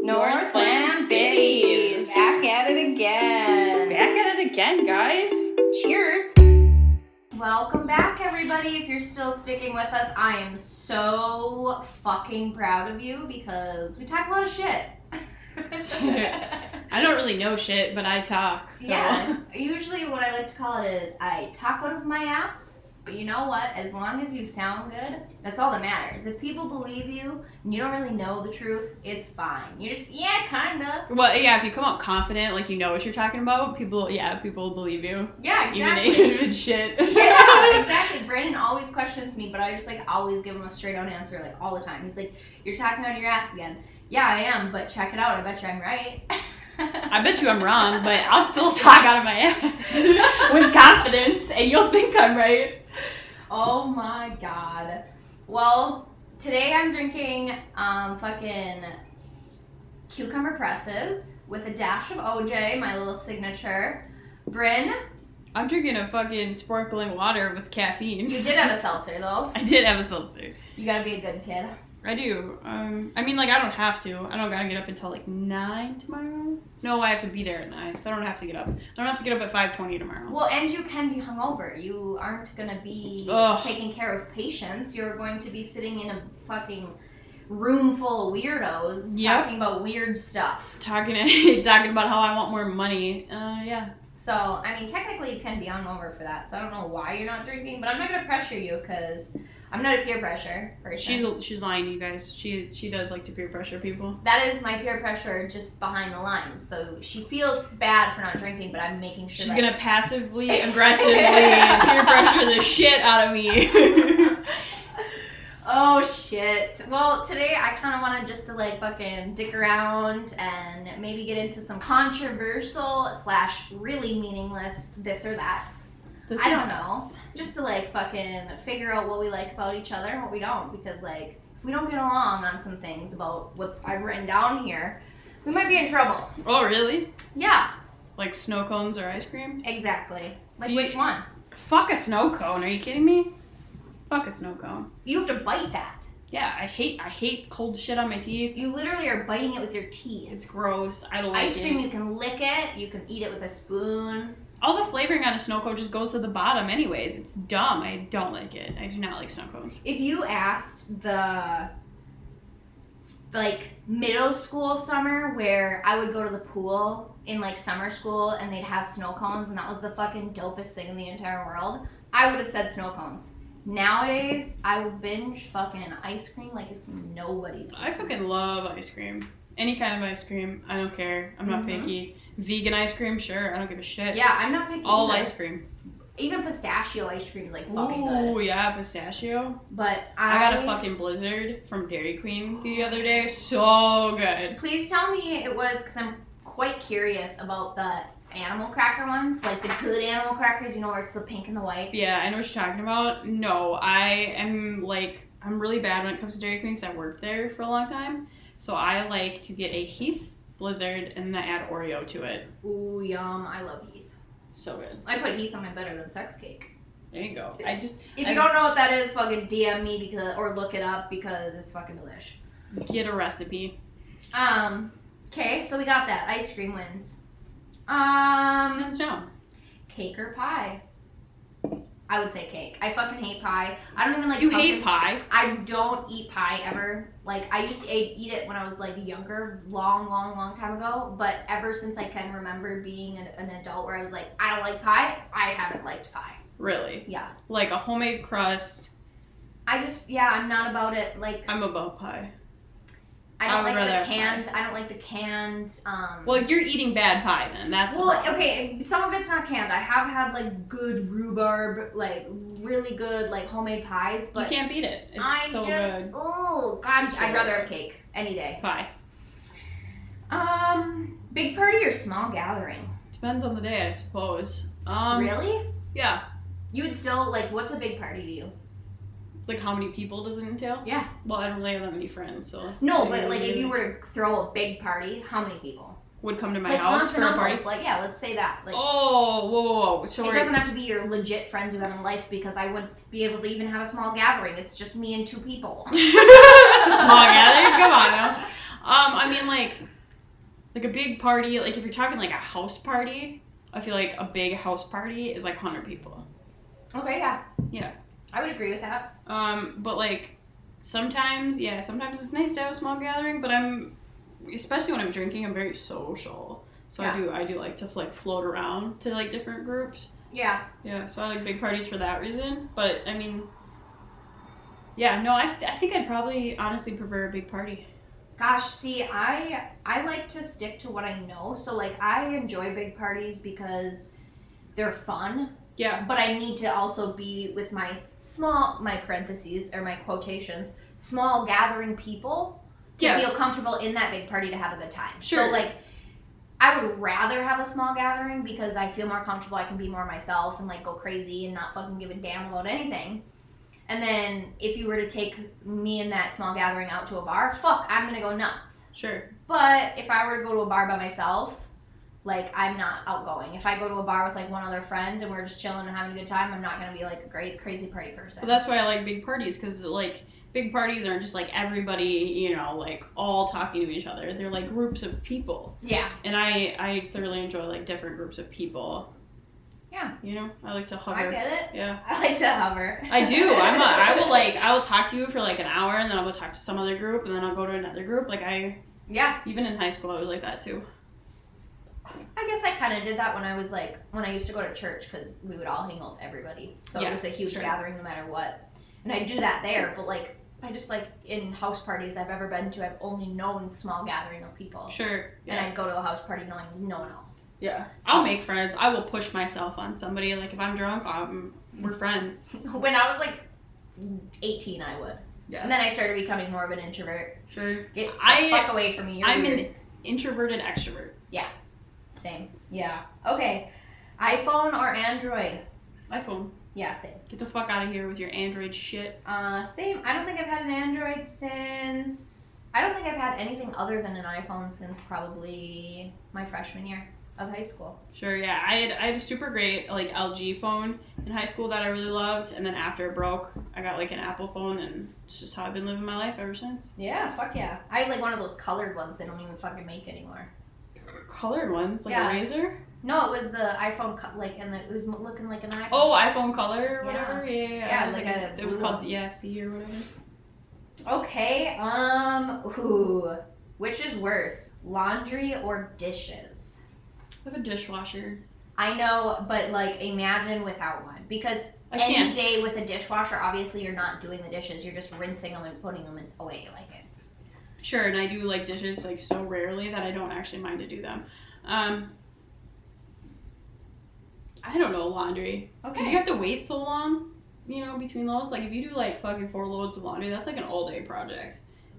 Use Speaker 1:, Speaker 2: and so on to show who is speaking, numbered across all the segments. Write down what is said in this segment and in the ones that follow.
Speaker 1: Northland Biddies. Back at it again.
Speaker 2: Back at it again, guys.
Speaker 1: Cheers. Welcome back, everybody. If you're still sticking with us, I am so fucking proud of you because we talk a lot of shit.
Speaker 2: I don't really know shit, but I talk. So.
Speaker 1: Yeah. Usually, what I like to call it is I talk out of my ass. But you know what? As long as you sound good, that's all that matters. If people believe you and you don't really know the truth, it's fine. You're just yeah, kinda.
Speaker 2: Well, yeah. If you come out confident, like you know what you're talking about, people, yeah, people will believe you,
Speaker 1: Yeah,
Speaker 2: even if it's shit.
Speaker 1: yeah, exactly. Brandon always questions me, but I just like always give him a straight on answer, like all the time. He's like, "You're talking out of your ass again." Yeah, I am, but check it out. I bet you I'm right.
Speaker 2: I bet you I'm wrong, but I'll still talk out of my ass with confidence, and you'll think I'm right.
Speaker 1: Oh my god. Well, today I'm drinking um fucking cucumber presses with a dash of OJ, my little signature. Bryn,
Speaker 2: I'm drinking a fucking sparkling water with caffeine.
Speaker 1: you did have a seltzer though.
Speaker 2: I did have a seltzer.
Speaker 1: You gotta be a good kid.
Speaker 2: I do. Um, I mean, like, I don't have to. I don't gotta get up until like nine tomorrow. No, I have to be there at nine, so I don't have to get up. I don't have to get up at five twenty tomorrow.
Speaker 1: Well, and you can be hungover. You aren't gonna be
Speaker 2: Ugh.
Speaker 1: taking care of patients. You're going to be sitting in a fucking room full of weirdos
Speaker 2: Yep.
Speaker 1: talking about weird stuff.
Speaker 2: talking talking about how I want more money. Uh, yeah.
Speaker 1: So, I mean, technically, you can be hungover for that. So, I don't know why you're not drinking, but I'm not gonna pressure you because I'm not a peer pressure person.
Speaker 2: She's she's lying to you guys. She she does like to peer pressure people.
Speaker 1: that is my peer pressure just behind the lines. So she feels bad for not drinking, but I'm making sure.
Speaker 2: She's
Speaker 1: that-
Speaker 2: gonna passively aggressively peer pressure the shit out of me.
Speaker 1: Oh shit. Well, today I kind of wanted just to like fucking dick around and maybe get into some controversial slash really meaningless this or that.
Speaker 2: This
Speaker 1: I don't
Speaker 2: is-
Speaker 1: know. Just to like fucking figure out what we like about each other and what we don't because like if we don't get along on some things about what's I've written down here, we might be in trouble.
Speaker 2: Oh really?
Speaker 1: Yeah,
Speaker 2: Like snow cones or ice cream?
Speaker 1: exactly. Like
Speaker 2: You-
Speaker 1: which one?
Speaker 2: Fuck a snow cone. Are you kidding me? Fuck a snow cone.
Speaker 1: You have to bite that.
Speaker 2: Yeah, I hate I hate cold shit on my teeth.
Speaker 1: You literally are biting it with your teeth.
Speaker 2: It's gross. I don't like
Speaker 1: Ice cream,
Speaker 2: it.
Speaker 1: you can lick it. You can eat it with a spoon.
Speaker 2: All the flavoring on a snow cone just goes to the bottom, anyways. It's dumb. I don't like it. I do not like snow cones.
Speaker 1: if you asked the like middle school summer where I would go to the pool in like summer school and they'd have snow cones and that was the fucking dopest thing in the entire world, I would have said snow cones. Nowadays, I will binge fucking ice cream like it's nobody's.
Speaker 2: I fucking
Speaker 1: business.
Speaker 2: love ice cream. Any kind of ice cream. I don't care. I'm not
Speaker 1: Mhm.
Speaker 2: picky. Vegan ice cream, sure. I don't give a shit.
Speaker 1: Yeah, I'm not picking
Speaker 2: All
Speaker 1: either.
Speaker 2: ice cream.
Speaker 1: Even pistachio ice cream is like fucking good.
Speaker 2: Ooh, yeah, pistachio.
Speaker 1: But I,
Speaker 2: I got a fucking blizzard from Dairy Queen the other day. So good.
Speaker 1: Please tell me it was because I'm quite curious about the animal cracker ones, like the good animal crackers. You know, where it's the pink and the white.
Speaker 2: Yeah, I know what you're talking about. No, I am like, I'm really bad when it comes to Dairy Queen because I worked there for a long time. So I like to get a Heath blizzard and then add Oreo to it.
Speaker 1: Ooh, yum! I love Heath.
Speaker 2: So good.
Speaker 1: I put Heath on my better than sex cake.
Speaker 2: There you go. I just
Speaker 1: If
Speaker 2: I-
Speaker 1: you don't know what that is, fucking DM me because or look it up because it's fucking delish.
Speaker 2: get a recipe.
Speaker 1: Um, okay, so we got that ice cream wins. Um,
Speaker 2: Hands down.
Speaker 1: cake or pie? I would say cake. I fucking hate pie. I don't even like.
Speaker 2: You
Speaker 1: pumpkin
Speaker 2: hate pie.
Speaker 1: I don't eat pie ever. Like I used to eat eat it when I was like younger, long, long, long time ago. But ever since I can remember being an, an adult, where I was like, I don't like pie. I haven't liked pie.
Speaker 2: Really?
Speaker 1: Yeah.
Speaker 2: Like a homemade crust.
Speaker 1: I just yeah, I'm not about it. Like
Speaker 2: I'm about pie.
Speaker 1: I
Speaker 2: I
Speaker 1: don't
Speaker 2: would
Speaker 1: like
Speaker 2: rather
Speaker 1: the
Speaker 2: have
Speaker 1: canned. I don't like the canned. Um,
Speaker 2: Well, you're eating bad pie then. That's the
Speaker 1: well,
Speaker 2: problem.
Speaker 1: okay. Some of it's not canned. I have had like good rhubarb, like really good like homemade pies, but
Speaker 2: you can't beat it. It's
Speaker 1: I'm
Speaker 2: so
Speaker 1: just
Speaker 2: good.
Speaker 1: oh god,
Speaker 2: So
Speaker 1: I'd rather
Speaker 2: good.
Speaker 1: have cake any day.
Speaker 2: Pie
Speaker 1: Um, big party or small gathering?
Speaker 2: depends on the day, I suppose. Um,
Speaker 1: really?
Speaker 2: Yeah.
Speaker 1: You would still like. What's a big party to you?
Speaker 2: Like how many people does it entail?
Speaker 1: Yeah.
Speaker 2: Well, I don't really have that many friends, so
Speaker 1: No, but like if you were to throw a big party, how many people?
Speaker 2: would come to my
Speaker 1: like
Speaker 2: house
Speaker 1: aunts
Speaker 2: for
Speaker 1: and
Speaker 2: a party.
Speaker 1: uncles. Like yeah, let's say that. Like
Speaker 2: Oh, whoa, whoa, whoa. So
Speaker 1: it
Speaker 2: we're-
Speaker 1: doesn't have to be your legit friends you have in life because I wouldn't be able to even have a small gathering. It's just me and two people.
Speaker 2: Small gathering. Come on now. Um, I mean, like Like a big party, like if you're talking like a house party, I feel like a big house party is like 100 people.
Speaker 1: Okay, yeah.
Speaker 2: Yeah.
Speaker 1: I would agree with that.
Speaker 2: Um, but like sometimes, yeah, sometimes it's nice to have a small gathering, but I'm especially when I'm drinking, I'm very social. So I
Speaker 1: Yeah.
Speaker 2: do I do like to like float around to like different groups.
Speaker 1: Yeah.
Speaker 2: Yeah, so I like big parties for that reason. But I mean, yeah, no, I, I think I'd probably honestly prefer a big party.
Speaker 1: Gosh, see, I I like to stick to what I know. So like I enjoy big parties because they're fun.
Speaker 2: Yeah,
Speaker 1: But I need to also be with my small, my parentheses or my quotations, small gathering people to
Speaker 2: Yeah.
Speaker 1: feel comfortable in that big party to have a good time.
Speaker 2: Sure.
Speaker 1: So, like, I would rather have a small gathering because I feel more comfortable. I can be more myself and, like, go crazy and not fucking give a damn about anything. And then if you were to take me and that small gathering out to a bar, fuck, I'm gonna go nuts.
Speaker 2: sure.
Speaker 1: But if I were to go to a bar by myself, like I'm not outgoing. If I go to a bar with like one other friend and we're just chilling and having a good time, I'm not gonna be like a great crazy party person.
Speaker 2: But that's why I like big parties because like big parties aren't just like everybody you know like all talking to each other. They're like groups of people,
Speaker 1: yeah,
Speaker 2: and I I thoroughly enjoy like different groups of people.
Speaker 1: Yeah.
Speaker 2: you know, I like to
Speaker 1: I
Speaker 2: hover.
Speaker 1: get it.
Speaker 2: Yeah,
Speaker 1: I like to hover.
Speaker 2: I do. I'm a, I will like I will talk to you for like an hour, and then I'll go talk to some other group, and then I'll go to another group. Like I
Speaker 1: Yeah,
Speaker 2: even in high school I was like that too.
Speaker 1: I guess I kind of did that when I was like when I used to go to church because we would all hang out with everybody, so
Speaker 2: Yeah,
Speaker 1: it was a huge
Speaker 2: sure.
Speaker 1: gathering no matter what. And I do that there, but like I just like in house parties I've ever been to, I've only known small gathering of people,
Speaker 2: Sure. Yeah.
Speaker 1: and I'd go to a house party knowing no one else.
Speaker 2: Yeah. I'll make friends. I will push myself on somebody. Like if I'm drunk, um, we're friends.
Speaker 1: When I was like 18, I would.
Speaker 2: Yeah.
Speaker 1: And then I started becoming more of an introvert.
Speaker 2: Sure.
Speaker 1: Get the
Speaker 2: I-
Speaker 1: fuck away from me. You're
Speaker 2: I'm
Speaker 1: weird.
Speaker 2: an introverted extrovert.
Speaker 1: Same. Yeah. Okay. iPhone or Android?
Speaker 2: iPhone.
Speaker 1: Yeah, same.
Speaker 2: Get the fuck out of here with your Android shit.
Speaker 1: Uh, same. I don't think I've had an Android since. I don't think I've had anything other than an iPhone since probably my freshman year of high school.
Speaker 2: Sure. Yeah. I had I had a super great like LG phone in high school that I really loved, and then after it broke, I got like an Apple phone, and it's just how I've been living my life ever since.
Speaker 1: Yeah, fuck yeah. I had like one of those colored ones they don't even fucking make anymore.
Speaker 2: Colored ones like
Speaker 1: Yeah.
Speaker 2: a razor.
Speaker 1: No, it was the iPhone, co- like, and the, it was looking like an iPhone.
Speaker 2: Oh, iPhone color or whatever. Yeah. Yeah. yeah.
Speaker 1: Yeah,
Speaker 2: it was
Speaker 1: like a
Speaker 2: it was
Speaker 1: blue
Speaker 2: called
Speaker 1: one.
Speaker 2: yeah C or whatever.
Speaker 1: Okay, um, ooh. Which is worse, laundry or dishes?
Speaker 2: I have a dishwasher.
Speaker 1: I know, but like imagine without one. Because
Speaker 2: I
Speaker 1: any
Speaker 2: can't.
Speaker 1: day with a dishwasher, obviously you're not doing the dishes, you're just rinsing them and putting them in, away like it.
Speaker 2: Sure, and I do like dishes like so rarely that I don't actually mind to do them. Um, I don't know laundry because you have to wait so long, you know, between loads. Like if you do like fucking four loads of laundry, that's like an all day project.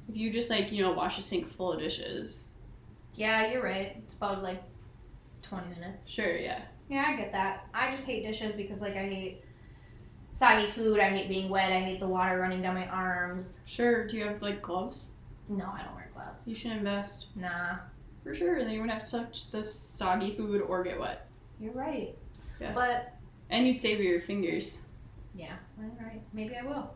Speaker 2: If you just like you know wash a sink full of dishes,
Speaker 1: Yeah, you're right. It's about like 20 minutes.
Speaker 2: sure, yeah,
Speaker 1: Yeah, I get that. I just hate dishes because like I hate soggy food, I hate being wet, I hate the water running down my arms.
Speaker 2: sure. Do you have like gloves?
Speaker 1: No, I don't wear gloves.
Speaker 2: You should invest
Speaker 1: Nah.
Speaker 2: for sure, and then you wouldn't have to touch the soggy food or get wet,
Speaker 1: You're right.
Speaker 2: Yeah.
Speaker 1: But
Speaker 2: and you'd savor your fingers.
Speaker 1: Yeah, all right. Maybe I will.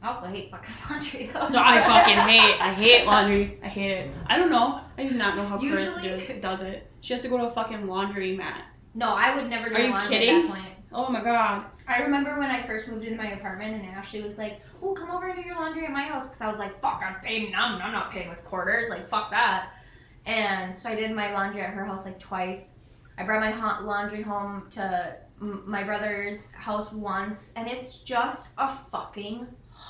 Speaker 1: I also hate fucking laundry though.
Speaker 2: No, I fucking hate. I hate laundry. I hate it. I don't know. I do not know how Chris
Speaker 1: Usually-
Speaker 2: does, does it. She has to go to a fucking laundry mat.
Speaker 1: No, I would never do
Speaker 2: Are you
Speaker 1: laundry
Speaker 2: kidding?
Speaker 1: at that point.
Speaker 2: Oh my god.
Speaker 1: I remember when I first moved into my apartment and Ashley was like, "Oh, come over and do your laundry at my house," because I was like, "Fuck, I'm paying. I'm, I'm not paying with quarters. Like, fuck that." And so I did my laundry at her house like twice. I brought my ha- laundry home to m- my brother's house once, and it's just a fucking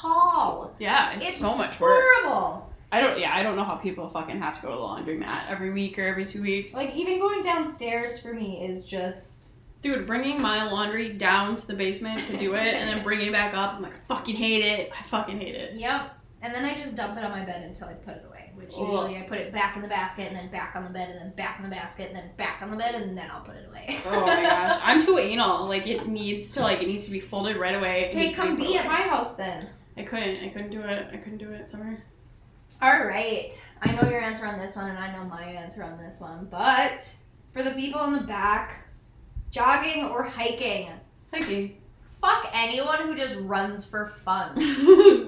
Speaker 1: haul.
Speaker 2: Yeah, it's, so much work.
Speaker 1: horrible.
Speaker 2: I don't. Yeah, I don't know how people fucking have to go to the laundry mat every week or every two weeks.
Speaker 1: Like even going downstairs for me is just
Speaker 2: Dude, bringing my laundry down to the basement to do it and then bringing it back up, I'm like, I fucking hate it. I fucking hate it.
Speaker 1: yep. And then I just dump it on my bed until I put it away, which
Speaker 2: Oh.
Speaker 1: usually I put it back in the basket and then back on the bed and then back in the basket and then back on the bed and then I'll put it away.
Speaker 2: Oh my gosh, I'm too anal. Like it needs to like it needs to be folded right away. It
Speaker 1: Hey,
Speaker 2: needs to
Speaker 1: come
Speaker 2: put
Speaker 1: be at
Speaker 2: away.
Speaker 1: my house then.
Speaker 2: I couldn't. I couldn't do it. I couldn't do it. Summer.
Speaker 1: All right. I know your answer on this one and I know my answer on this one, but for the people in the back, jogging or hiking.
Speaker 2: Hiking.
Speaker 1: Fuck anyone who just runs for fun.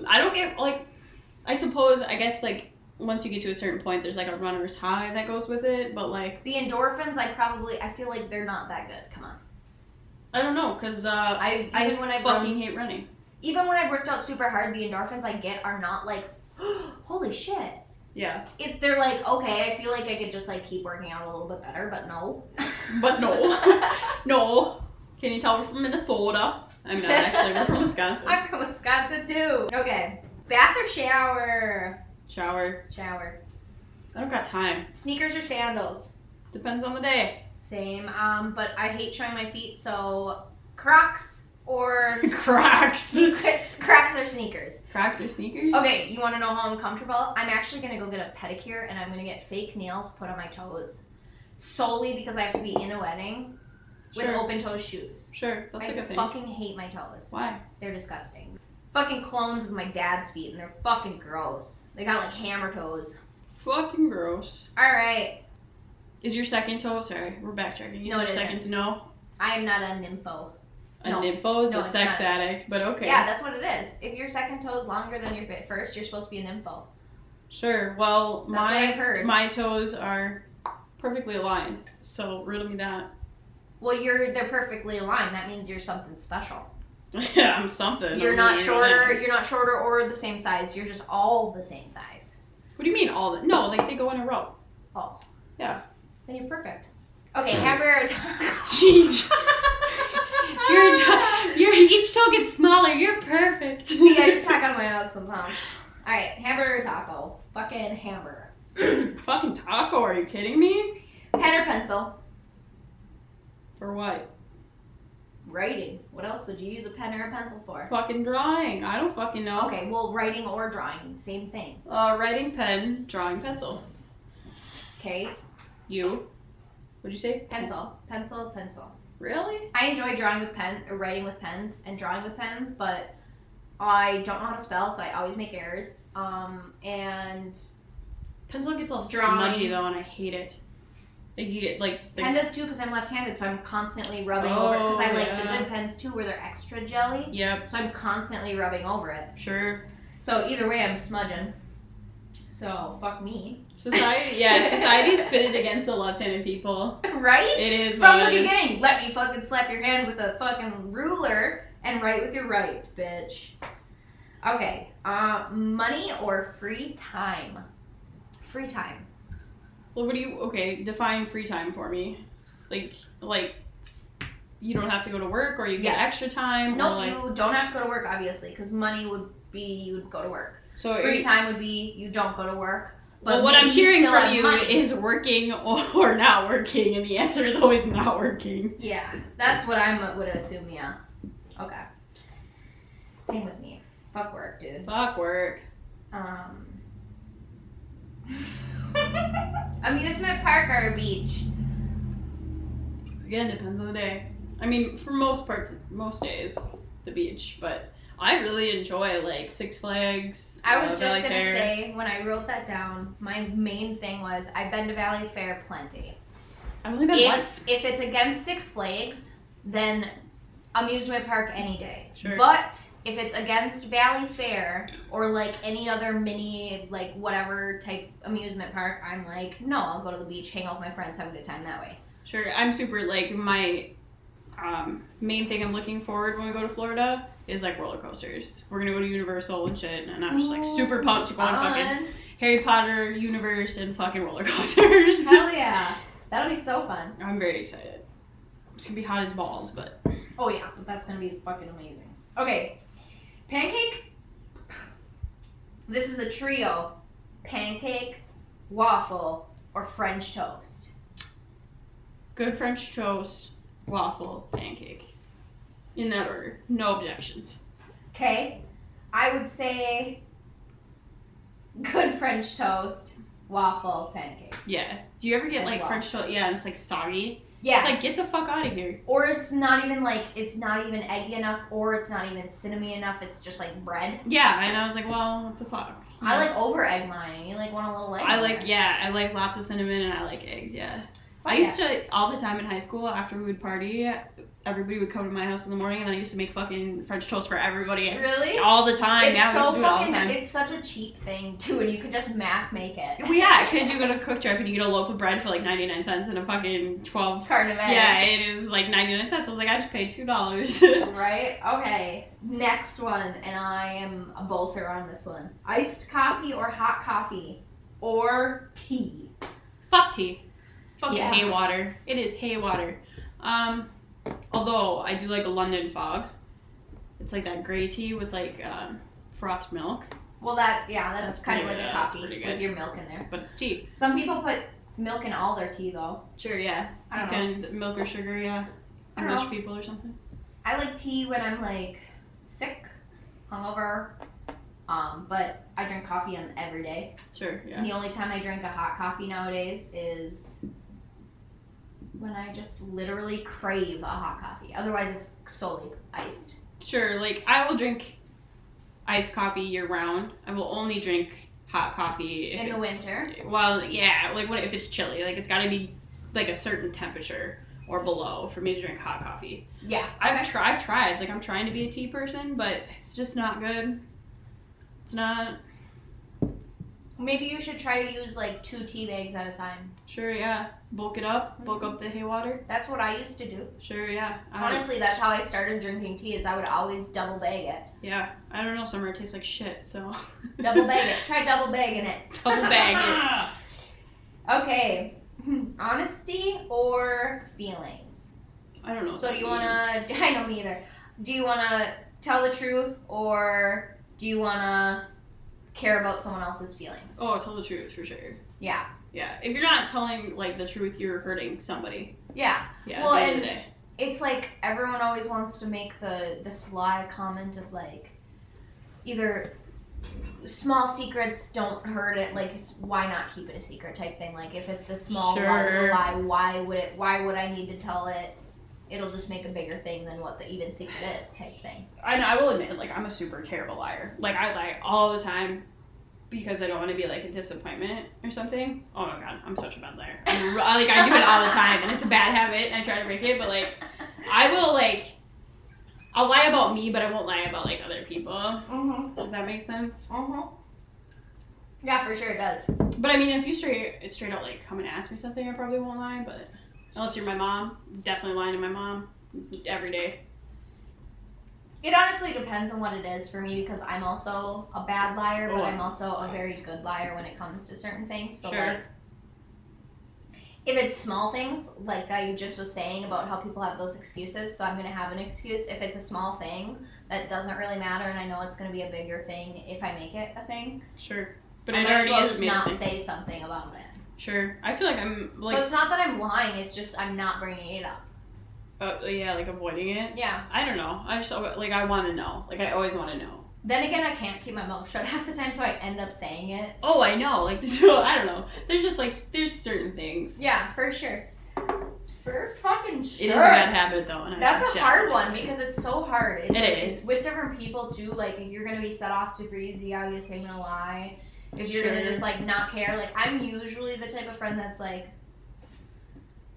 Speaker 2: I don't get like I suppose I guess like once you get to a certain point, there's like a runner's high that goes with it. But like,
Speaker 1: The endorphins, I probably, I feel like they're not that good. Come on.
Speaker 2: I don't know, cause uh,
Speaker 1: I even
Speaker 2: I
Speaker 1: when I've
Speaker 2: fucking
Speaker 1: run,
Speaker 2: hate running.
Speaker 1: even when I've worked out super hard, the endorphins I get are not like, holy shit.
Speaker 2: Yeah,
Speaker 1: If they're like, okay, I feel like I could just like keep working out a little bit better, but no.
Speaker 2: but no, no. Can you tell we're from Minnesota? I'm not actually. We're from Wisconsin.
Speaker 1: I'm from Wisconsin too. Okay, bath or shower?
Speaker 2: Shower.
Speaker 1: Shower.
Speaker 2: I don't got time.
Speaker 1: Sneakers or sandals?
Speaker 2: Depends on the day.
Speaker 1: Same. Um, but I hate showing my feet, so Crocs or
Speaker 2: Crocs.
Speaker 1: Secrets, Crocs or sneakers.
Speaker 2: Crocs or sneakers?
Speaker 1: Okay, you want to know how I'm comfortable? I'm actually gonna go get a pedicure and I'm gonna get fake nails put on my toes, solely because I have to be in a wedding with
Speaker 2: Sure.
Speaker 1: open toe shoes.
Speaker 2: Sure. That's
Speaker 1: I
Speaker 2: a good thing.
Speaker 1: fucking hate my toes.
Speaker 2: Why?
Speaker 1: They're disgusting. Fucking clones of my dad's feet, and they're fucking gross. They got like hammer toes.
Speaker 2: Fucking gross.
Speaker 1: All right,
Speaker 2: Is your second toe? Sorry, we're backtracking. Is
Speaker 1: No,
Speaker 2: your
Speaker 1: it
Speaker 2: second no?
Speaker 1: I am not a nympho.
Speaker 2: A
Speaker 1: No.
Speaker 2: nympho is
Speaker 1: No,
Speaker 2: a
Speaker 1: it's
Speaker 2: sex
Speaker 1: not.
Speaker 2: addict, but okay.
Speaker 1: Yeah, that's what it is. If your second toe is longer than your bit first, you're supposed to be a nympho.
Speaker 2: Sure. Well,
Speaker 1: That's
Speaker 2: my
Speaker 1: what I've heard.
Speaker 2: my toes are perfectly aligned, so riddle me that.
Speaker 1: Well, you're they're perfectly aligned. That means you're something special.
Speaker 2: I'm something.
Speaker 1: You're
Speaker 2: I'm
Speaker 1: not
Speaker 2: really
Speaker 1: shorter.
Speaker 2: that.
Speaker 1: You're not shorter or the same size. You're just all the same size.
Speaker 2: What do you mean all that? No, like they go in a row.
Speaker 1: Oh.
Speaker 2: Yeah.
Speaker 1: Then you're perfect. Okay, hamburger or taco?
Speaker 2: Jeez. You're, you're, each toe gets smaller. You're perfect.
Speaker 1: See, I just talk on my ass sometimes. All right, hamburger or taco? Fucking hamburger.
Speaker 2: Fucking taco, are you kidding me?
Speaker 1: Pen or pencil?
Speaker 2: For what?
Speaker 1: Writing. What else would you use a pen or a pencil for?
Speaker 2: Fucking drawing. I don't fucking know.
Speaker 1: Okay, well, writing or drawing, same thing.
Speaker 2: Uh, writing pen, drawing pencil.
Speaker 1: Okay,
Speaker 2: You? What'd you say?
Speaker 1: pencil, pencil, pencil.
Speaker 2: Really?
Speaker 1: I enjoy drawing with pen or writing with pens and drawing with pens, but I don't know how to spell, so I always make errors. Um, and
Speaker 2: Pencil gets all
Speaker 1: Drawing.
Speaker 2: smudgy though, and I hate it. Like you get like the
Speaker 1: pen does too because I'm left-handed, so I'm constantly rubbing over it because I
Speaker 2: Oh,
Speaker 1: like the
Speaker 2: yeah.
Speaker 1: good pens too, where they're extra jelly.
Speaker 2: Yep,
Speaker 1: So I'm constantly rubbing over it.
Speaker 2: sure.
Speaker 1: So either way, I'm smudging. So fuck me,
Speaker 2: Society, yeah, society's pitted against the left-handed people.
Speaker 1: right?
Speaker 2: It is
Speaker 1: From
Speaker 2: what
Speaker 1: the
Speaker 2: it is.
Speaker 1: beginning, let me fucking slap your hand with a fucking ruler and write with your right, bitch. Okay, uh, money or free time? Free time.
Speaker 2: Well, what do you? Okay, define free time for me. Like, like you don't have to go to work, or you get
Speaker 1: Yeah.
Speaker 2: extra time. or
Speaker 1: Nope,
Speaker 2: like,
Speaker 1: you don't have to go to work, obviously, because money would be you would go to work.
Speaker 2: so
Speaker 1: Free
Speaker 2: it-
Speaker 1: time would be you don't go to work.
Speaker 2: well, what I'm
Speaker 1: maybe you
Speaker 2: hearing
Speaker 1: still
Speaker 2: from
Speaker 1: have
Speaker 2: you
Speaker 1: money.
Speaker 2: is working or, or not working, and the answer is always not working.
Speaker 1: yeah, that's what I would assume. Yeah. Okay. Same with me. Fuck work, dude.
Speaker 2: Fuck work.
Speaker 1: Um, amusement park or a beach?
Speaker 2: Again, depends on the day. I mean, for most parts, most days, the beach. But I really enjoy like Six Flags.
Speaker 1: I
Speaker 2: uh,
Speaker 1: was just
Speaker 2: Valley
Speaker 1: gonna
Speaker 2: Fair.
Speaker 1: say when I wrote that down, my main thing was I've been to Valley Fair plenty.
Speaker 2: I've only been once.
Speaker 1: If if it's against Six Flags, then amusement park any day.
Speaker 2: Sure.
Speaker 1: But if it's against Valley Fair or like any other mini like whatever type amusement park, I'm like, no, I'll go to the beach, hang out with my friends, have a good time that way.
Speaker 2: Sure, I'm super like my um, main thing I'm looking forward when we go to Florida is like roller coasters. We're gonna go to Universal and shit, and I'm just like
Speaker 1: Oh
Speaker 2: super pumped to go
Speaker 1: Uh-uh.
Speaker 2: on fucking
Speaker 1: Fun.
Speaker 2: Harry Potter universe and fucking roller coasters.
Speaker 1: Hell yeah. That'll be so fun.
Speaker 2: I'm very excited. It's gonna be hot as balls, but
Speaker 1: Oh yeah, but that's gonna be fucking amazing. Okay, pancake. This is a trio: pancake, waffle, or French toast.
Speaker 2: good French toast, waffle, pancake. In that order. No objections.
Speaker 1: Okay, I would say good French toast, waffle, pancake.
Speaker 2: Yeah. Do you ever get
Speaker 1: As
Speaker 2: like
Speaker 1: well.
Speaker 2: French toast? Yeah, and it's like soggy.
Speaker 1: Yeah,
Speaker 2: It's like get the fuck out of here.
Speaker 1: or it's not even like it's not even eggy enough, or it's not even cinnamony enough. It's just like bread.
Speaker 2: Yeah, and I was like, well, what the fuck?
Speaker 1: I like over egg mine. You like want a little egg?
Speaker 2: Hmm. I
Speaker 1: in
Speaker 2: like
Speaker 1: there.
Speaker 2: yeah, I like lots of cinnamon and I like eggs, yeah.
Speaker 1: Oh,
Speaker 2: I used to all the time in high school after we would party, everybody would come to my house in the morning, and then I used to make fucking French toast for everybody
Speaker 1: Really?
Speaker 2: all the time.
Speaker 1: it's
Speaker 2: yeah, we used
Speaker 1: so
Speaker 2: to do it all the
Speaker 1: fucking.
Speaker 2: time.
Speaker 1: It's such a cheap thing too, and you could just mass make it.
Speaker 2: Well, yeah, because you go to Quick Trip and you get a loaf of bread for like 99 cents and a fucking 12.
Speaker 1: Carne of
Speaker 2: Yeah, it is like 99 cents. I was like, I just paid $2.
Speaker 1: Right? Okay. Next one, and I am a bolter on this one. Iced coffee or hot coffee or tea.
Speaker 2: Fuck tea. Fucking
Speaker 1: Yeah.
Speaker 2: hay water. It is hay water. Um, although I do like a London fog. It's like that gray tea with like um, frothed milk,
Speaker 1: Well, that yeah, that's,
Speaker 2: That's
Speaker 1: kind of like
Speaker 2: pretty-
Speaker 1: a
Speaker 2: yeah, that's
Speaker 1: coffee
Speaker 2: pretty
Speaker 1: with
Speaker 2: good.
Speaker 1: your milk in there.
Speaker 2: but it's tea.
Speaker 1: Some people put milk in all their tea though.
Speaker 2: Sure, yeah.
Speaker 1: I don't know.
Speaker 2: Fucking milk or sugar, yeah.
Speaker 1: I don't
Speaker 2: English
Speaker 1: know.
Speaker 2: people or something.
Speaker 1: I like tea when I'm like sick, hungover, um, but I drink coffee on every day.
Speaker 2: Sure, yeah.
Speaker 1: The only time I drink a hot coffee nowadays is when I just literally crave a hot coffee. Otherwise, it's solely iced.
Speaker 2: Sure, like I will drink iced coffee year round. I will only drink hot coffee if
Speaker 1: In the
Speaker 2: it's-
Speaker 1: winter?
Speaker 2: Well, yeah, like what if it's chilly? Like it's got to be like a certain temperature or below for me to drink hot coffee.
Speaker 1: Yeah,
Speaker 2: I've tried, I've tried. Like I'm trying to be a tea person, but it's just not good. It's not
Speaker 1: maybe you should try to use like two tea bags at a time.
Speaker 2: sure. Yeah, bulk it up, bulk up the hay water.
Speaker 1: That's what I used to do.
Speaker 2: Sure, yeah. I don't-
Speaker 1: Honestly, that's how I started drinking tea. Is I would always double bag it.
Speaker 2: yeah. I don't know. Summer it tastes like shit. So
Speaker 1: Double bag it. Try double bagging it.
Speaker 2: double bag it.
Speaker 1: Okay. Honesty or feelings?
Speaker 2: I don't know. what
Speaker 1: So do
Speaker 2: that
Speaker 1: you
Speaker 2: means.
Speaker 1: wanna? I don't either. Do you wanna tell the truth or do you wanna care about someone else's feelings?
Speaker 2: Oh, tell the truth for sure.
Speaker 1: Yeah.
Speaker 2: Yeah. If you're not telling like the truth, you're hurting somebody.
Speaker 1: Yeah.
Speaker 2: Yeah.
Speaker 1: Well,
Speaker 2: at the end
Speaker 1: and-
Speaker 2: of the day.
Speaker 1: It's like everyone always wants to make the the sly comment of like, either small secrets don't hurt it. Like, it's, why not keep it a secret type thing. Like, if it's a small
Speaker 2: Sure.
Speaker 1: lie, why would it? Why would I need to tell it? It'll just make a bigger thing than what the even secret is type thing.
Speaker 2: I know. I will admit, like I'm a super terrible liar. Like I lie all the time because I don't want to be like a disappointment or something. Oh my god, I'm such a bad liar. I'm, r- I- like I do it all the time, and it's a bad habit, and I try to break it, but like I will like I'll lie about me, but I won't lie about like other people.
Speaker 1: Mm-hmm.
Speaker 2: If that makes sense.
Speaker 1: Mm-hmm. Yeah, for sure it does.
Speaker 2: But I mean, if you straight straight out like come and ask me something, I probably won't lie. But unless you're my mom, definitely lying to my mom every day.
Speaker 1: It honestly depends on what it is for me because I'm also a bad liar, but
Speaker 2: Oh.
Speaker 1: I'm also a very good liar when it comes to certain things. So
Speaker 2: Sure.
Speaker 1: like if it's small things like that you just was saying about how people have those excuses, so I'm gonna have an excuse. If it's a small thing that doesn't really matter and I know it's gonna be a bigger thing if I make it a thing,
Speaker 2: Sure, but
Speaker 1: I
Speaker 2: it
Speaker 1: might as
Speaker 2: already
Speaker 1: well
Speaker 2: is
Speaker 1: just
Speaker 2: made a
Speaker 1: not
Speaker 2: thing.
Speaker 1: say something about it.
Speaker 2: Sure, I feel like I'm
Speaker 1: so
Speaker 2: like
Speaker 1: it's not that I'm lying; it's just I'm not bringing it up.
Speaker 2: uh, yeah, like avoiding it.
Speaker 1: Yeah.
Speaker 2: I don't know. I just al- like I want to know. Like I always want to know.
Speaker 1: Then again, I can't keep my mouth shut half the time, so I end up saying it.
Speaker 2: Oh, I know. Like so, I don't know. There's just like there's certain things.
Speaker 1: Yeah, for sure. For fucking
Speaker 2: It
Speaker 1: sure.
Speaker 2: is a bad habit though. And I
Speaker 1: That's
Speaker 2: should
Speaker 1: a hard
Speaker 2: definitely-
Speaker 1: one because it's so hard. It's,
Speaker 2: It
Speaker 1: like-
Speaker 2: is.
Speaker 1: It's with different people too. Like if you're gonna be set off super easy, obviously I'm gonna lie. If you're gonna
Speaker 2: Sure.
Speaker 1: just like not care, like I'm usually the type of friend that's like,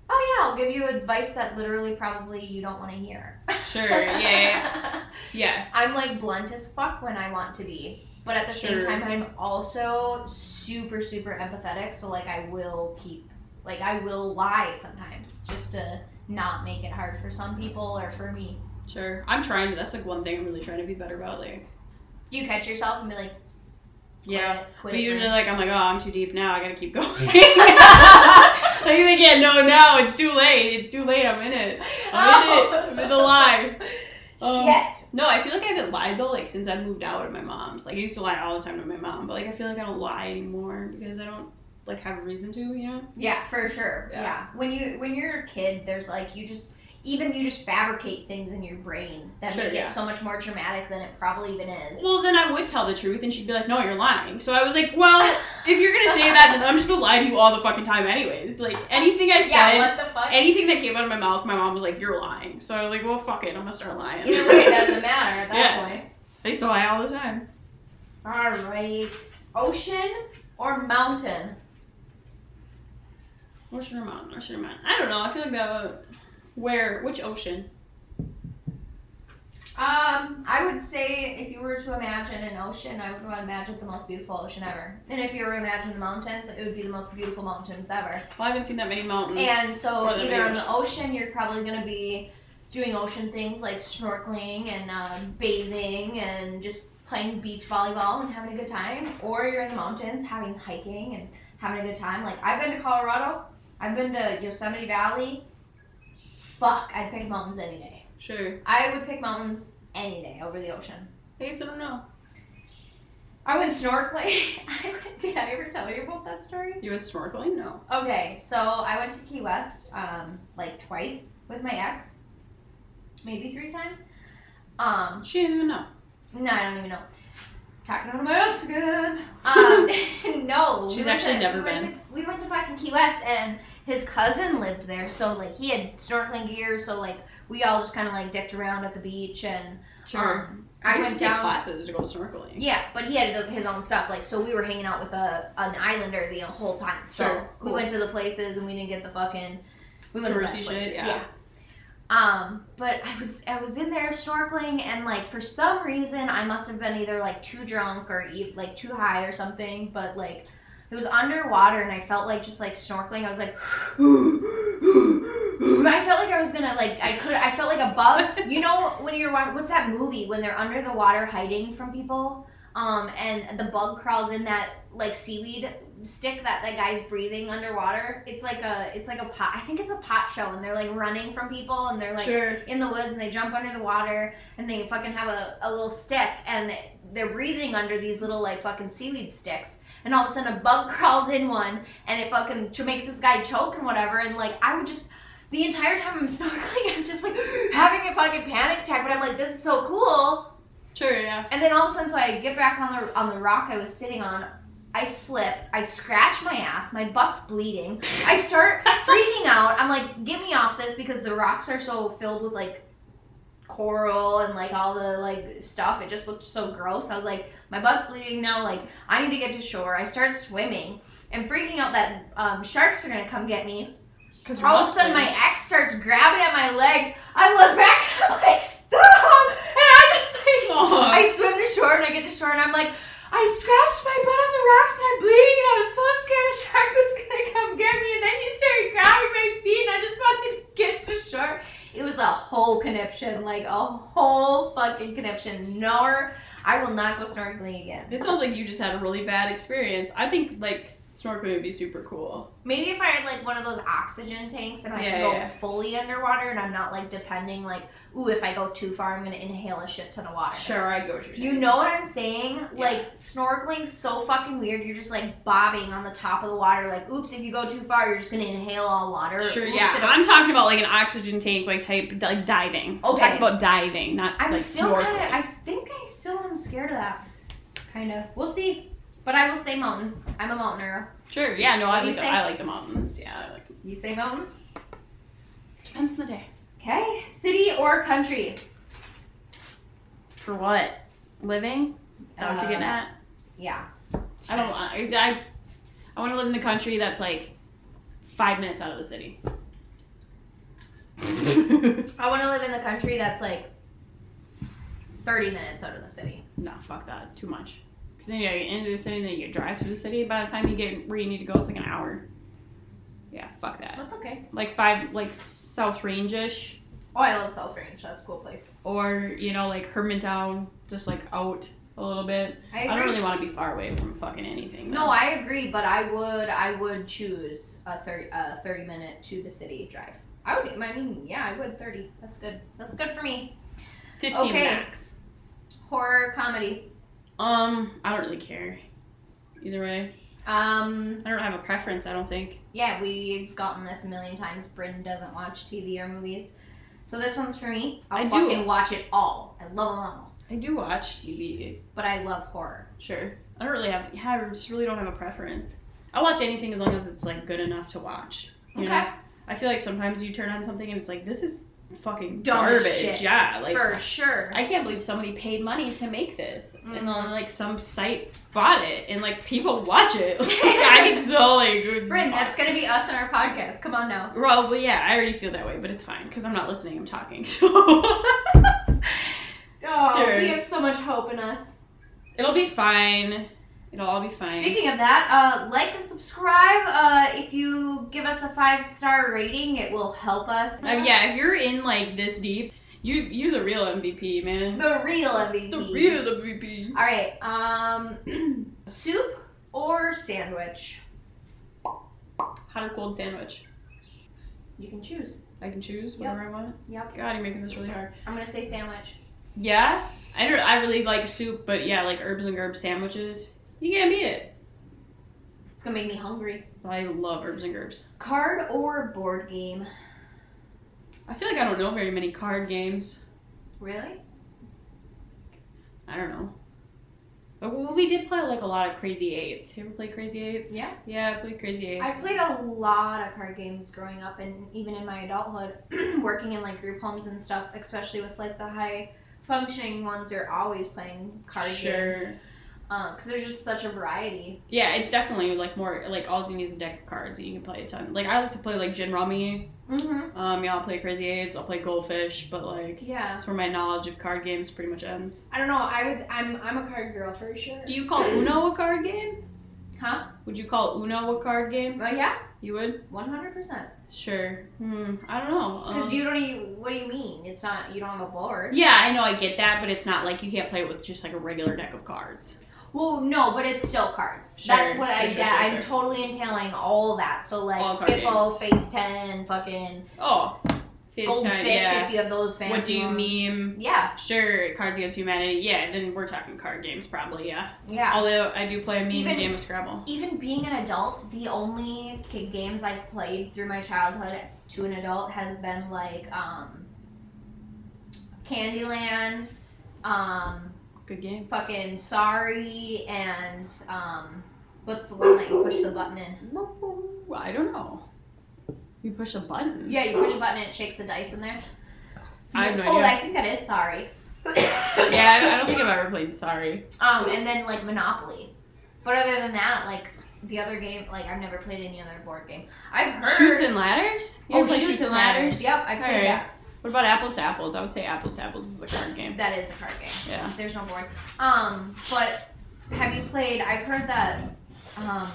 Speaker 1: oh yeah, I'll give you advice that literally probably you don't want to hear.
Speaker 2: Sure. Yeah. Yeah. yeah.
Speaker 1: I'm like blunt as fuck when I want to be. But at the same
Speaker 2: Sure.
Speaker 1: time, I'm also super, super empathetic. So, like, I will keep, like, I will lie sometimes just to not make it hard for some people or for me.
Speaker 2: yeah. Sure. I'm trying. That's like one thing I'm really trying to be better about. Like
Speaker 1: Do you catch yourself and be like, quit
Speaker 2: yeah.
Speaker 1: it, quit
Speaker 2: But
Speaker 1: it,
Speaker 2: usually,
Speaker 1: quit
Speaker 2: like, I'm like, oh, I'm too deep now. I gotta keep going. like, they can't know now. It's too late. It's too late. I'm in it.
Speaker 1: Oh.
Speaker 2: I'm in it. I'm in the lie.
Speaker 1: it.
Speaker 2: um,
Speaker 1: Shit.
Speaker 2: No, I feel like I haven't lied though. Like since I moved out of my mom's, like I used to lie all the time to my mom, but like I feel like I don't lie anymore because I don't like have a reason to. You know?
Speaker 1: Yeah, for sure. Yeah.
Speaker 2: Yeah.
Speaker 1: When you when you're a kid, there's like you just even you just fabricate things in your brain that
Speaker 2: Sure,
Speaker 1: make
Speaker 2: yeah.
Speaker 1: it so much more dramatic than it probably even is.
Speaker 2: Well, then I would tell the truth, and she'd be like, "No, you're lying." So I was like, "Well, if you're gonna say that, then I'm just gonna lie to you all the fucking time, anyways." Like anything I said.
Speaker 1: yeah, what the fuck?
Speaker 2: Anything that came out of my mouth, my mom was like, "You're lying." So I was like, "Well, fuck it, I'm gonna start lying."
Speaker 1: Either way, it doesn't matter at that
Speaker 2: Yeah.
Speaker 1: point.
Speaker 2: I used to lie all the time.
Speaker 1: All right. Ocean or mountain?
Speaker 2: North Shore Mountain, North Shore Mountain. I don't know. I feel like that. Would, where? Which ocean?
Speaker 1: Um, I would say if you were to imagine an ocean, I would want to imagine the most beautiful ocean ever. And if you were to imagine the mountains, it would be the most beautiful mountains ever.
Speaker 2: Well, I haven't seen that many mountains.
Speaker 1: And so
Speaker 2: Or the
Speaker 1: either on the
Speaker 2: oceans.
Speaker 1: ocean, you're probably going to be doing ocean things like snorkeling and uh, bathing and just playing beach volleyball and having a good time. Or you're in the mountains having hiking and having a good time. Like I've been to Colorado, I've been to Yosemite Valley. Fuck, I'd pick mountains any day.
Speaker 2: sure.
Speaker 1: I would pick mountains any day over the ocean.
Speaker 2: I guess I don't know.
Speaker 1: I went snorkeling. I went, did I ever tell you about that story?
Speaker 2: You went snorkeling? No.
Speaker 1: Okay, so I went to Key West um, like twice with my ex, maybe three times. Um,
Speaker 2: She didn't even know.
Speaker 1: no, I don't even know. Talking out of my ass again. Um, no,
Speaker 2: She's
Speaker 1: went
Speaker 2: actually
Speaker 1: to-
Speaker 2: never
Speaker 1: we went
Speaker 2: been.
Speaker 1: to- we went to fucking Key West, and his cousin lived there, so like he had snorkeling gear, so like we all just kind of like dicked around at the beach, and um, I
Speaker 2: You
Speaker 1: went
Speaker 2: have to take
Speaker 1: down.
Speaker 2: classes to go snorkeling.
Speaker 1: Yeah, but he had his own stuff. Like, so we were hanging out with a an islander the whole time. So
Speaker 2: Sure,
Speaker 1: we
Speaker 2: cool.
Speaker 1: went to the places and we didn't get the fucking we went to the
Speaker 2: Touristy
Speaker 1: best
Speaker 2: shit,
Speaker 1: places.
Speaker 2: yeah.
Speaker 1: Um, but I was I was in there snorkeling and like for some reason I must have been either like too drunk or e- like too high or something. But like it was underwater and I felt like just like snorkeling. I was like, I felt like I was gonna like I could I felt like a bug. You know when you're watching what's that movie when they're under the water hiding from people, um, and the bug crawls in that like seaweed stick that that guy's breathing underwater. It's like a it's like a pot. I think it's a pot show, and they're like running from people, and they're like
Speaker 2: sure.
Speaker 1: in the woods and they jump under the water and they fucking have a, a little stick and they're breathing under these little like fucking seaweed sticks and all of a sudden a bug crawls in one and it fucking ch- makes this guy choke and whatever and like i would just the entire time i'm snorkeling i'm just like having a fucking panic attack but i'm like this is so cool
Speaker 2: Sure, yeah.
Speaker 1: and then all of a sudden so i get back on the on the rock i was sitting on I slip, I scratch my ass, my butt's bleeding. I start freaking out. I'm like, get me off this because the rocks are so filled with like coral and like all the like stuff. It just looked so gross. I was like, my butt's bleeding now. Like, I need to get to shore. I start swimming and freaking out that um, sharks are gonna come get me.
Speaker 2: Because
Speaker 1: All of a sudden, my ex starts grabbing at my legs. I look back and I'm like, stop! And I just like,
Speaker 2: Aw.
Speaker 1: I swim to shore and I get to shore and I'm like, I scratched my butt on the rocks and I'm bleeding and I was so scared a shark was gonna come get me. And then you started grabbing my feet and I just wanted to get to shore. It was a whole conniption, like a whole fucking conniption. No, I will not go snorkeling again.
Speaker 2: It sounds like you just had a really bad experience. I think like snorkeling would be super cool.
Speaker 1: Maybe if I had like one of those oxygen tanks and I
Speaker 2: Yeah,
Speaker 1: can go
Speaker 2: yeah.
Speaker 1: fully underwater and I'm not like depending like, ooh, if I go too far, I'm gonna inhale a shit ton of water.
Speaker 2: Sure, I go. with your
Speaker 1: You
Speaker 2: shit.
Speaker 1: know what I'm saying? Like snorkeling's so fucking weird. You're just like bobbing on the top of the water. Like, oops, if you go too far, you're just gonna inhale all water.
Speaker 2: Sure,
Speaker 1: Oops,
Speaker 2: yeah.
Speaker 1: it-
Speaker 2: I'm talking about like an oxygen tank, like type, like diving. I'm
Speaker 1: Okay.
Speaker 2: talking about diving, not
Speaker 1: I'm
Speaker 2: like
Speaker 1: still
Speaker 2: snorkeling.
Speaker 1: kind of. I think I still am scared of that. Kind of. We'll see. But I will say mountain. I'm a mountaineer.
Speaker 2: Sure, yeah, no, I
Speaker 1: do you
Speaker 2: like, the,
Speaker 1: say?
Speaker 2: I like the mountains. Yeah, I like them.
Speaker 1: You say mountains?
Speaker 2: Depends on the day.
Speaker 1: Okay. City or country?
Speaker 2: For what? Living? Is that what you're getting
Speaker 1: Uh,
Speaker 2: at?
Speaker 1: Yeah.
Speaker 2: I don't. I I, I want to live in a country that's like five minutes out of the city.
Speaker 1: I want to live in the country that's like 30 minutes out of the city.
Speaker 2: no, fuck that. Too much. Because then you gotta get into the city, then you drive through the city. By the time you get where you need to go, it's like an hour. Yeah, fuck that.
Speaker 1: That's okay.
Speaker 2: Like five, like South Range ish,
Speaker 1: Oh, I love South Range. That's a cool place.
Speaker 2: or you know, like Hermantown, just like out a little bit.
Speaker 1: I
Speaker 2: I,
Speaker 1: agree.
Speaker 2: don't really want to be far away from fucking anything.
Speaker 1: no, I agree, but I would I would choose a 30 a 30 minute to the city drive. I would I mean, yeah, I would 30. That's good. That's good for me.
Speaker 2: fifteen
Speaker 1: okay.
Speaker 2: max.
Speaker 1: Horror comedy.
Speaker 2: Um, I don't really care. Either way,
Speaker 1: Um,
Speaker 2: I don't have a preference. I don't think.
Speaker 1: yeah, we've gotten this a million times. Bryn doesn't watch TV or movies. So this one's for me. I'll
Speaker 2: I do.
Speaker 1: fucking watch it all. I love them all.
Speaker 2: I do watch TV.
Speaker 1: But I love horror.
Speaker 2: Sure. I don't really have. Yeah, I just really don't have a preference. I watch anything as long as it's like good enough to watch. You
Speaker 1: Okay.
Speaker 2: know? I feel like sometimes you turn on something and it's like this is fucking
Speaker 1: Dumb
Speaker 2: garbage.
Speaker 1: shit.
Speaker 2: Yeah. Like
Speaker 1: for sure.
Speaker 2: I can't believe somebody paid money to make this,
Speaker 1: Mhm.
Speaker 2: and then like some site bought it, and like people watch it. Like, I get so so like. it's
Speaker 1: Bryn, that's
Speaker 2: awesome.
Speaker 1: gonna be us on our podcast. Come on now.
Speaker 2: Well, but yeah, I already feel that way, but it's fine because I'm not listening. I'm talking. So
Speaker 1: Oh,
Speaker 2: Sure.
Speaker 1: we have so much hope in us.
Speaker 2: it'll be fine. It'll all be fine.
Speaker 1: Speaking of that, uh, like and subscribe. Uh, if you give us a five star rating, it will help us.
Speaker 2: Um, yeah, if you're in like this deep, you you the real MVP, man.
Speaker 1: The real MVP.
Speaker 2: The real MVP.
Speaker 1: All right. Um, soup or sandwich?
Speaker 2: Hot or cold sandwich?
Speaker 1: You can choose.
Speaker 2: I can choose whatever I want.
Speaker 1: Yep.
Speaker 2: God, you're making this really hard.
Speaker 1: I'm gonna say sandwich.
Speaker 2: Yeah, I don't. I really like soup, but yeah, like herbs and gerb sandwiches. You can't beat it.
Speaker 1: It's gonna make me hungry.
Speaker 2: I love herbs and gerbs.
Speaker 1: Card or board game?
Speaker 2: I feel like I don't know very many card games.
Speaker 1: Really?
Speaker 2: I don't know. But we- we did play like a lot of Crazy Eights. You ever play Crazy Eights?
Speaker 1: Yeah.
Speaker 2: Yeah, I played Crazy Eights.
Speaker 1: I played a lot of card games growing up and even in my adulthood, working in like group homes and stuff, especially with like the high functioning ones, are always playing card
Speaker 2: sure.
Speaker 1: games. Because there's just such a variety.
Speaker 2: Yeah, it's definitely like more like all you need is a deck of cards and you can play a ton. Like I like to play like Gin Rummy.
Speaker 1: Mm-hmm.
Speaker 2: Um, yeah, I'll play Crazy Eights. I'll play Goldfish, but like
Speaker 1: Yeah.
Speaker 2: that's where my knowledge of card games pretty much ends.
Speaker 1: I don't know. I would. I'm. I'm a card girl for sure.
Speaker 2: Do you call Uno a card game?
Speaker 1: Huh?
Speaker 2: Would you call Uno a card game?
Speaker 1: Well, yeah.
Speaker 2: You would?
Speaker 1: One hundred percent.
Speaker 2: Sure. Hmm. I don't know. Um,
Speaker 1: Because you don't. Even, what do you mean? It's not. You don't have a board.
Speaker 2: Yeah, I know. I get that, but it's not like you can't play it with just like a regular deck of cards.
Speaker 1: Well, no, but it's still cards.
Speaker 2: Sure,
Speaker 1: That's what I
Speaker 2: sure, sure,
Speaker 1: get.
Speaker 2: sure,
Speaker 1: I'm
Speaker 2: sure.
Speaker 1: totally entailing all that. So like
Speaker 2: All card
Speaker 1: Skippo, Face Ten, fucking
Speaker 2: Oh, FaceTime.
Speaker 1: Goldfish.
Speaker 2: yeah.
Speaker 1: If you have those fancy
Speaker 2: What do you
Speaker 1: ones.
Speaker 2: meme?
Speaker 1: Yeah,
Speaker 2: Sure, Cards Against Humanity. Yeah, then we're talking card games, probably. Yeah.
Speaker 1: yeah.
Speaker 2: Although I do play a meme
Speaker 1: Even-
Speaker 2: game of Scrabble.
Speaker 1: Even being an adult, the only ki- games I've played through my childhood to an adult has been like um, Candyland, um,
Speaker 2: Good game.
Speaker 1: fucking Sorry, and um, what's the one that you push the button in?
Speaker 2: I don't know. You push a button.
Speaker 1: Yeah, you push a button and it shakes the dice in there.
Speaker 2: I have no
Speaker 1: Oh,
Speaker 2: idea.
Speaker 1: I think that is sorry.
Speaker 2: yeah, I- I don't think I've ever played Sorry.
Speaker 1: Um, and then like Monopoly. But other than that, like the other game, like I've never played any other board game. I've heard
Speaker 2: Shoots and Ladders? You
Speaker 1: oh,
Speaker 2: ever play
Speaker 1: shoots, and ladders. Yep, I
Speaker 2: Alright.
Speaker 1: played that.
Speaker 2: What about Apples to Apples? I would say Apples to Apples is a card game.
Speaker 1: That is a card game.
Speaker 2: Yeah.
Speaker 1: There's no board. Um, but have you played? I've heard that um,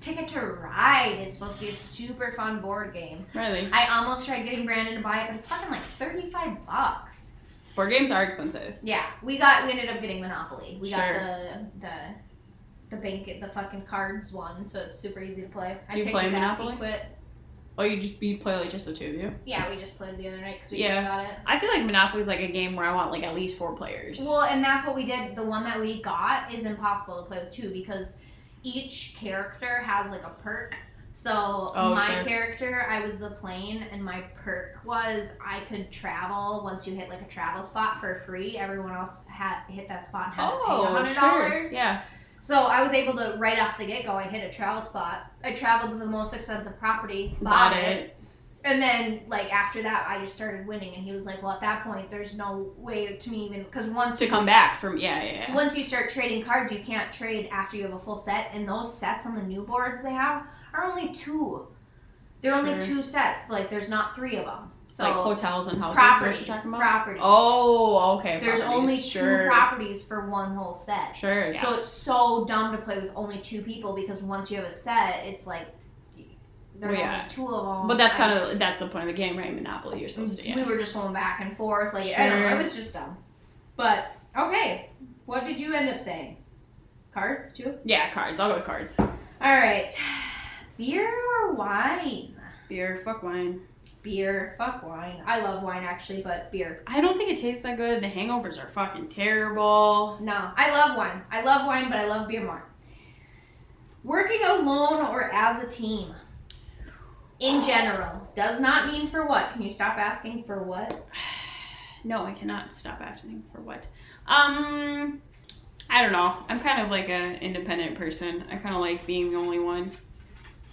Speaker 1: Ticket to Ride is supposed to be a super fun board game.
Speaker 2: Really?
Speaker 1: I almost tried getting Brandon to buy it, but it's fucking like thirty-five bucks.
Speaker 2: Board games are expensive.
Speaker 1: Yeah, we got we ended up getting Monopoly. We got
Speaker 2: Sure.
Speaker 1: the the the bank the fucking cards one, so it's super easy to play.
Speaker 2: Do you
Speaker 1: picked
Speaker 2: play
Speaker 1: his ass, he
Speaker 2: Monopoly?
Speaker 1: quit.
Speaker 2: Oh, you just you play like just the two of you?
Speaker 1: Yeah, we just played the other night because we
Speaker 2: Yeah.
Speaker 1: just got it.
Speaker 2: I feel like Monopoly's like a game where I want like at least four players.
Speaker 1: Well, and that's what we did. The one that we got is impossible to play with two because each character has like a perk. So
Speaker 2: Oh,
Speaker 1: my
Speaker 2: sure.
Speaker 1: character, I was the plane, and my perk was I could travel once you hit like a travel spot for free. Everyone else had hit that spot and had to pay
Speaker 2: oh,
Speaker 1: hundred dollars.
Speaker 2: sure. Yeah.
Speaker 1: So I was able to right off the get go. I hit a travel spot. I traveled to the most expensive property, bought,
Speaker 2: Bought
Speaker 1: it.
Speaker 2: it.
Speaker 1: and then like after that, I just started winning. And he was like, "Well, at that point, there's no way to me even because once
Speaker 2: To
Speaker 1: you-
Speaker 2: come back from yeah, yeah, yeah.
Speaker 1: once you start trading cards, you can't trade after you have a full set. And those sets on the new boards they have are only two. They're only
Speaker 2: Sure.
Speaker 1: two sets. Like there's not three of them. So
Speaker 2: like hotels and houses. is what
Speaker 1: properties,
Speaker 2: you're talking about?
Speaker 1: properties.
Speaker 2: Oh, okay.
Speaker 1: there's
Speaker 2: properties,
Speaker 1: only
Speaker 2: sure.
Speaker 1: two properties for one whole set.
Speaker 2: Sure. Yeah.
Speaker 1: So it's so dumb to play with only two people because once you have a set, it's like there's
Speaker 2: Well, yeah.
Speaker 1: only two of them.
Speaker 2: but that's kind of that's the point of the game, right? Monopoly. You're supposed to.
Speaker 1: we
Speaker 2: Yeah.
Speaker 1: were just going back and forth. Like I don't know,
Speaker 2: Sure.
Speaker 1: it was just dumb. But okay, what did you end up saying? Cards too.
Speaker 2: yeah. Cards. I'll go with cards.
Speaker 1: All right, beer or wine?
Speaker 2: Beer. Fuck wine.
Speaker 1: Beer, fuck wine. I love wine actually, but beer.
Speaker 2: I don't think it tastes that good. The hangovers are fucking terrible.
Speaker 1: No, I love wine. I love wine, but I love beer more. Working alone or as a team? In general, does not mean for what. Can you stop asking for what?
Speaker 2: No, I cannot stop asking for what. Um, I don't know. I'm kind of like an independent person. I kind of like being the only one.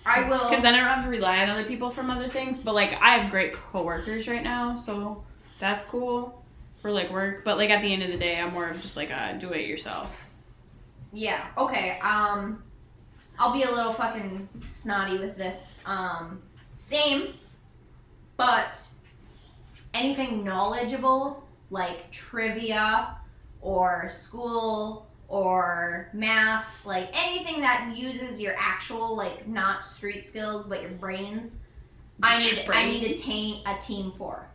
Speaker 1: I
Speaker 2: Because
Speaker 1: will.
Speaker 2: then I don't have to rely on other people from other things. But like, I have great coworkers right now, so that's cool for like work. But like at the end of the day, I'm more of just like a do it yourself.
Speaker 1: Yeah. Okay. Um. I'll be a little fucking snotty with this. Um, same, but anything knowledgeable like trivia or school or math, like anything that uses your actual like not street skills but your brains, I need I need a team a team for.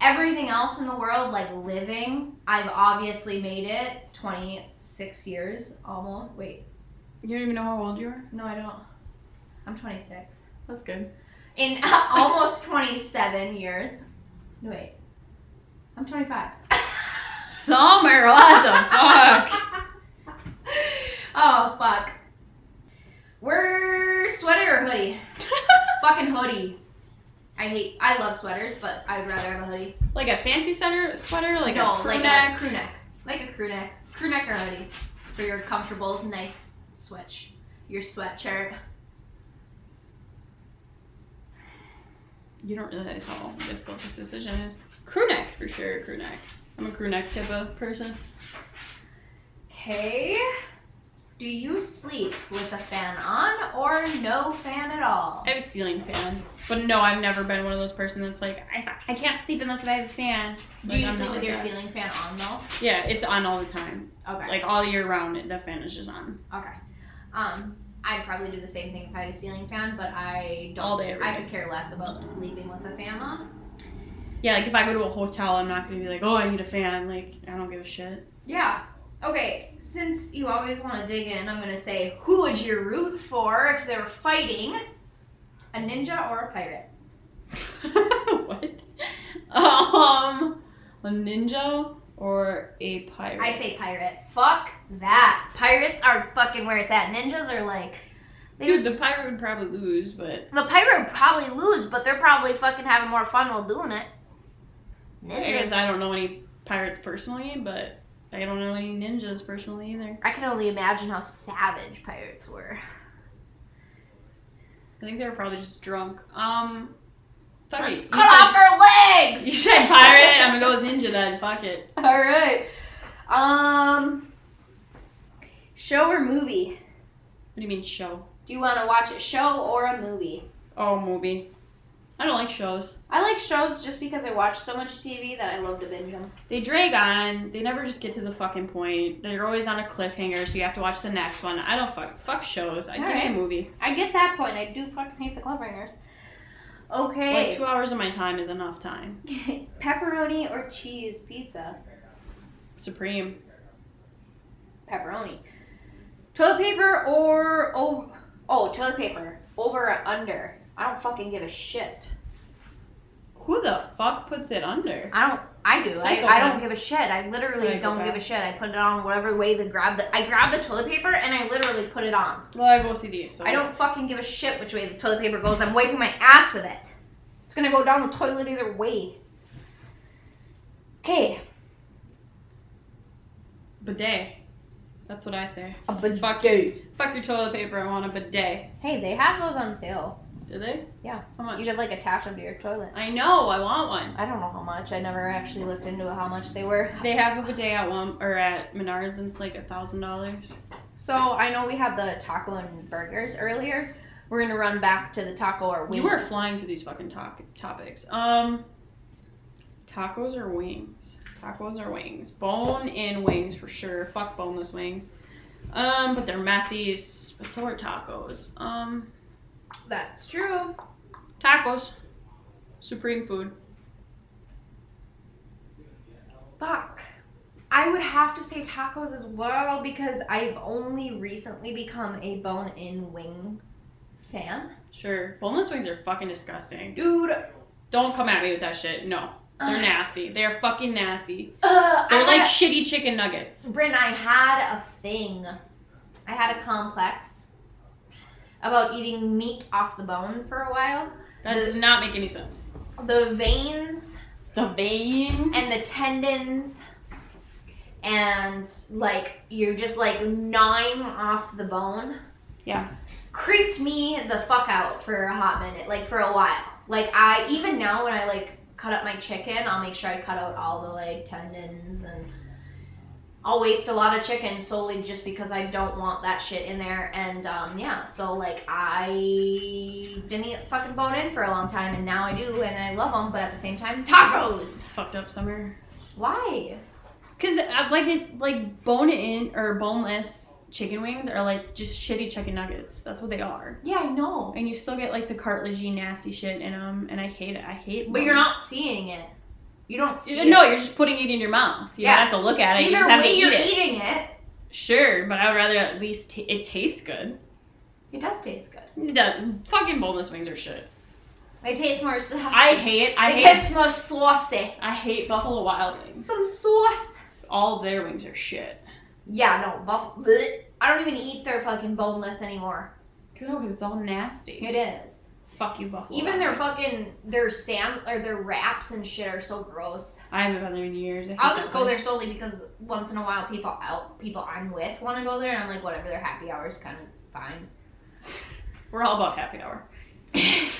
Speaker 1: Everything else in the world, like living, I've obviously made it twenty six years almost. Wait,
Speaker 2: You don't even know how old you are?
Speaker 1: no, I don't. I'm twenty six.
Speaker 2: That's good.
Speaker 1: In almost twenty seven years. No, wait, I'm twenty five.
Speaker 2: Summer, what the fuck?
Speaker 1: oh fuck. We're sweater or hoodie? Fucking hoodie. I hate. I love sweaters, but I'd rather have a hoodie.
Speaker 2: like a fancy sweater, sweater, like
Speaker 1: no,
Speaker 2: a crew
Speaker 1: like
Speaker 2: neck.
Speaker 1: a crew neck, like a crew neck, crew neck or hoodie for your comfortable, nice switch. Your sweatshirt.
Speaker 2: You don't realize how difficult this decision is. Crew neck for sure. Crew neck. I'm a crew neck type of person.
Speaker 1: Okay. Do you sleep with a fan on or no fan at all?
Speaker 2: I have a ceiling fan, but no, I've never been one of those person that's like I, I can't sleep unless I have a fan.
Speaker 1: Do
Speaker 2: Like,
Speaker 1: you
Speaker 2: I'm
Speaker 1: sleep
Speaker 2: not
Speaker 1: with
Speaker 2: like
Speaker 1: your
Speaker 2: that.
Speaker 1: ceiling fan on though?
Speaker 2: Yeah, it's on all the time,
Speaker 1: Okay.
Speaker 2: like all year round. The fan is just on.
Speaker 1: Okay. Um, I'd probably do the same thing if I had a ceiling fan, but I don't.
Speaker 2: All day, every
Speaker 1: I
Speaker 2: day.
Speaker 1: could care less about sleeping with a fan on.
Speaker 2: Yeah, like if I go to a hotel, I'm not gonna be like, oh, I need a fan. Like I don't give a shit.
Speaker 1: Yeah. Okay. Since you always want to dig in, I'm gonna say, who would you root for if they were fighting? A ninja or a pirate?
Speaker 2: what? Um, a ninja or a pirate?
Speaker 1: I say pirate. Fuck that. Pirates are fucking where it's at. Ninjas are like. They
Speaker 2: Dude, the pirate would probably lose, but
Speaker 1: the pirate would probably lose, but they're probably fucking having more fun while doing it.
Speaker 2: I guess
Speaker 1: Ninjas.
Speaker 2: I don't know any pirates personally, but I don't know any ninjas personally either.
Speaker 1: I can only imagine how savage pirates were.
Speaker 2: I think they were probably just drunk. Um, fuck it.
Speaker 1: Let's
Speaker 2: You
Speaker 1: cut off her
Speaker 2: said-
Speaker 1: legs.
Speaker 2: You said pirate. I'm gonna go with ninja then. Fuck it.
Speaker 1: All right. Um, show or movie?
Speaker 2: What do you mean show?
Speaker 1: Do you want to watch a show or a movie?
Speaker 2: Oh, movie. I don't like shows.
Speaker 1: I like shows just because I watch so much TV that I love to binge them.
Speaker 2: They drag on. They never just get to the fucking point. They're always on a cliffhanger, so you have to watch the next one. I don't fuck fuck shows. I
Speaker 1: All
Speaker 2: give me a
Speaker 1: right.
Speaker 2: movie.
Speaker 1: I get that point. I do fucking hate the cliffhangers.
Speaker 2: Like
Speaker 1: Okay.
Speaker 2: two hours of my time is enough time.
Speaker 1: pepperoni or cheese pizza?
Speaker 2: Supreme.
Speaker 1: Pepperoni. Toilet paper or over? Oh, toilet paper. Over or under? I don't fucking give a shit.
Speaker 2: Who the fuck puts it under?
Speaker 1: I don't. I do. I, I
Speaker 2: Psychopaths.
Speaker 1: don't give a shit. I literally don't give a
Speaker 2: Psychopaths.
Speaker 1: shit. I put it on whatever way the grab the. I grab the toilet paper and I literally put it on.
Speaker 2: Well, I have OCD, so
Speaker 1: I don't fucking give a shit which way the toilet paper goes. I'm wiping my ass with it. It's gonna go down the toilet either way. Okay.
Speaker 2: bidet. That's what I say.
Speaker 1: A bid-
Speaker 2: Fuck you. Fuck your toilet paper. I want a bidet.
Speaker 1: hey, they have those on sale.
Speaker 2: Do they?
Speaker 1: Yeah.
Speaker 2: How much?
Speaker 1: You could like attach them to your toilet.
Speaker 2: I know. I want one.
Speaker 1: I don't know how much. I never actually looked into how much they were.
Speaker 2: They have a bidet at one or at Menards, and it's like a thousand dollars.
Speaker 1: So I know we had the taco and burgers earlier. We're gonna run back to the taco or wings.
Speaker 2: You are flying through these fucking top- topics. Um, tacos or wings? Tacos or wings? Bone in wings for sure. Fuck boneless wings. Um, but they're messy, s- but so are tacos. Um,
Speaker 1: That's true.
Speaker 2: tacos. Supreme food.
Speaker 1: Fuck. I would have to say tacos as well because I've only recently become a bone in wing fan.
Speaker 2: Sure. Boneless wings are fucking disgusting.
Speaker 1: Dude,
Speaker 2: Don't come at me with that shit. No. They're nasty. They're fucking nasty.
Speaker 1: uh, I
Speaker 2: They're like
Speaker 1: had
Speaker 2: shitty chicken nuggets.
Speaker 1: a, Bryn, I had a thing. I had a complex about eating meat off the bone for a while.
Speaker 2: That
Speaker 1: The-
Speaker 2: does not make any sense.
Speaker 1: The veins
Speaker 2: The veins.
Speaker 1: and the tendons and like you're just like gnawing off the bone.
Speaker 2: Yeah.
Speaker 1: Creeped me the fuck out for a hot minute, like for a while. Like I even now when I like cut up my chicken, I'll make sure I cut out all the like tendons and I'll waste a lot of chicken solely just because I don't want that shit in there. And um, yeah, so like I didn't eat fucking bone in for a long time, and now I do, and I love them. But at the same time, tacos.
Speaker 2: It's fucked up summer.
Speaker 1: Why?
Speaker 2: Cause uh, like it's like bone in or boneless chicken wings are like just shitty chicken nuggets. That's what they are.
Speaker 1: Yeah, I know.
Speaker 2: And you still get like the cartilagey nasty shit in them, and I hate it. I hate.
Speaker 1: But you're
Speaker 2: bone-
Speaker 1: not seeing it. You don't see.
Speaker 2: You- no,
Speaker 1: it.
Speaker 2: you're just putting it in your mouth. You
Speaker 1: Yeah.
Speaker 2: don't have to look at it. you just
Speaker 1: Either
Speaker 2: have to
Speaker 1: way,
Speaker 2: eat
Speaker 1: you're
Speaker 2: it.
Speaker 1: eating it.
Speaker 2: Sure, but I would rather at least t- it tastes good.
Speaker 1: It does taste good.
Speaker 2: It doesn't. Fucking boneless wings are shit.
Speaker 1: It tastes more saucy.
Speaker 2: I hate. I
Speaker 1: it
Speaker 2: hate.
Speaker 1: tastes more saucy.
Speaker 2: I hate Buffalo Wild Wings.
Speaker 1: Some sauce.
Speaker 2: All their wings are shit.
Speaker 1: Yeah, no, buff. bleh. I don't even eat their fucking boneless anymore.
Speaker 2: Good because it's all nasty.
Speaker 1: It is.
Speaker 2: Fuck you, Buffalo.
Speaker 1: Even
Speaker 2: Wild
Speaker 1: their
Speaker 2: Wings.
Speaker 1: fucking their sam or their wraps and shit are so gross.
Speaker 2: I haven't been there in years. I hate
Speaker 1: I'll
Speaker 2: that
Speaker 1: just go there
Speaker 2: place.
Speaker 1: solely because once in a while people out people I'm with want to go there and I'm like whatever their happy hour is kind of fine.
Speaker 2: We're all about happy hour.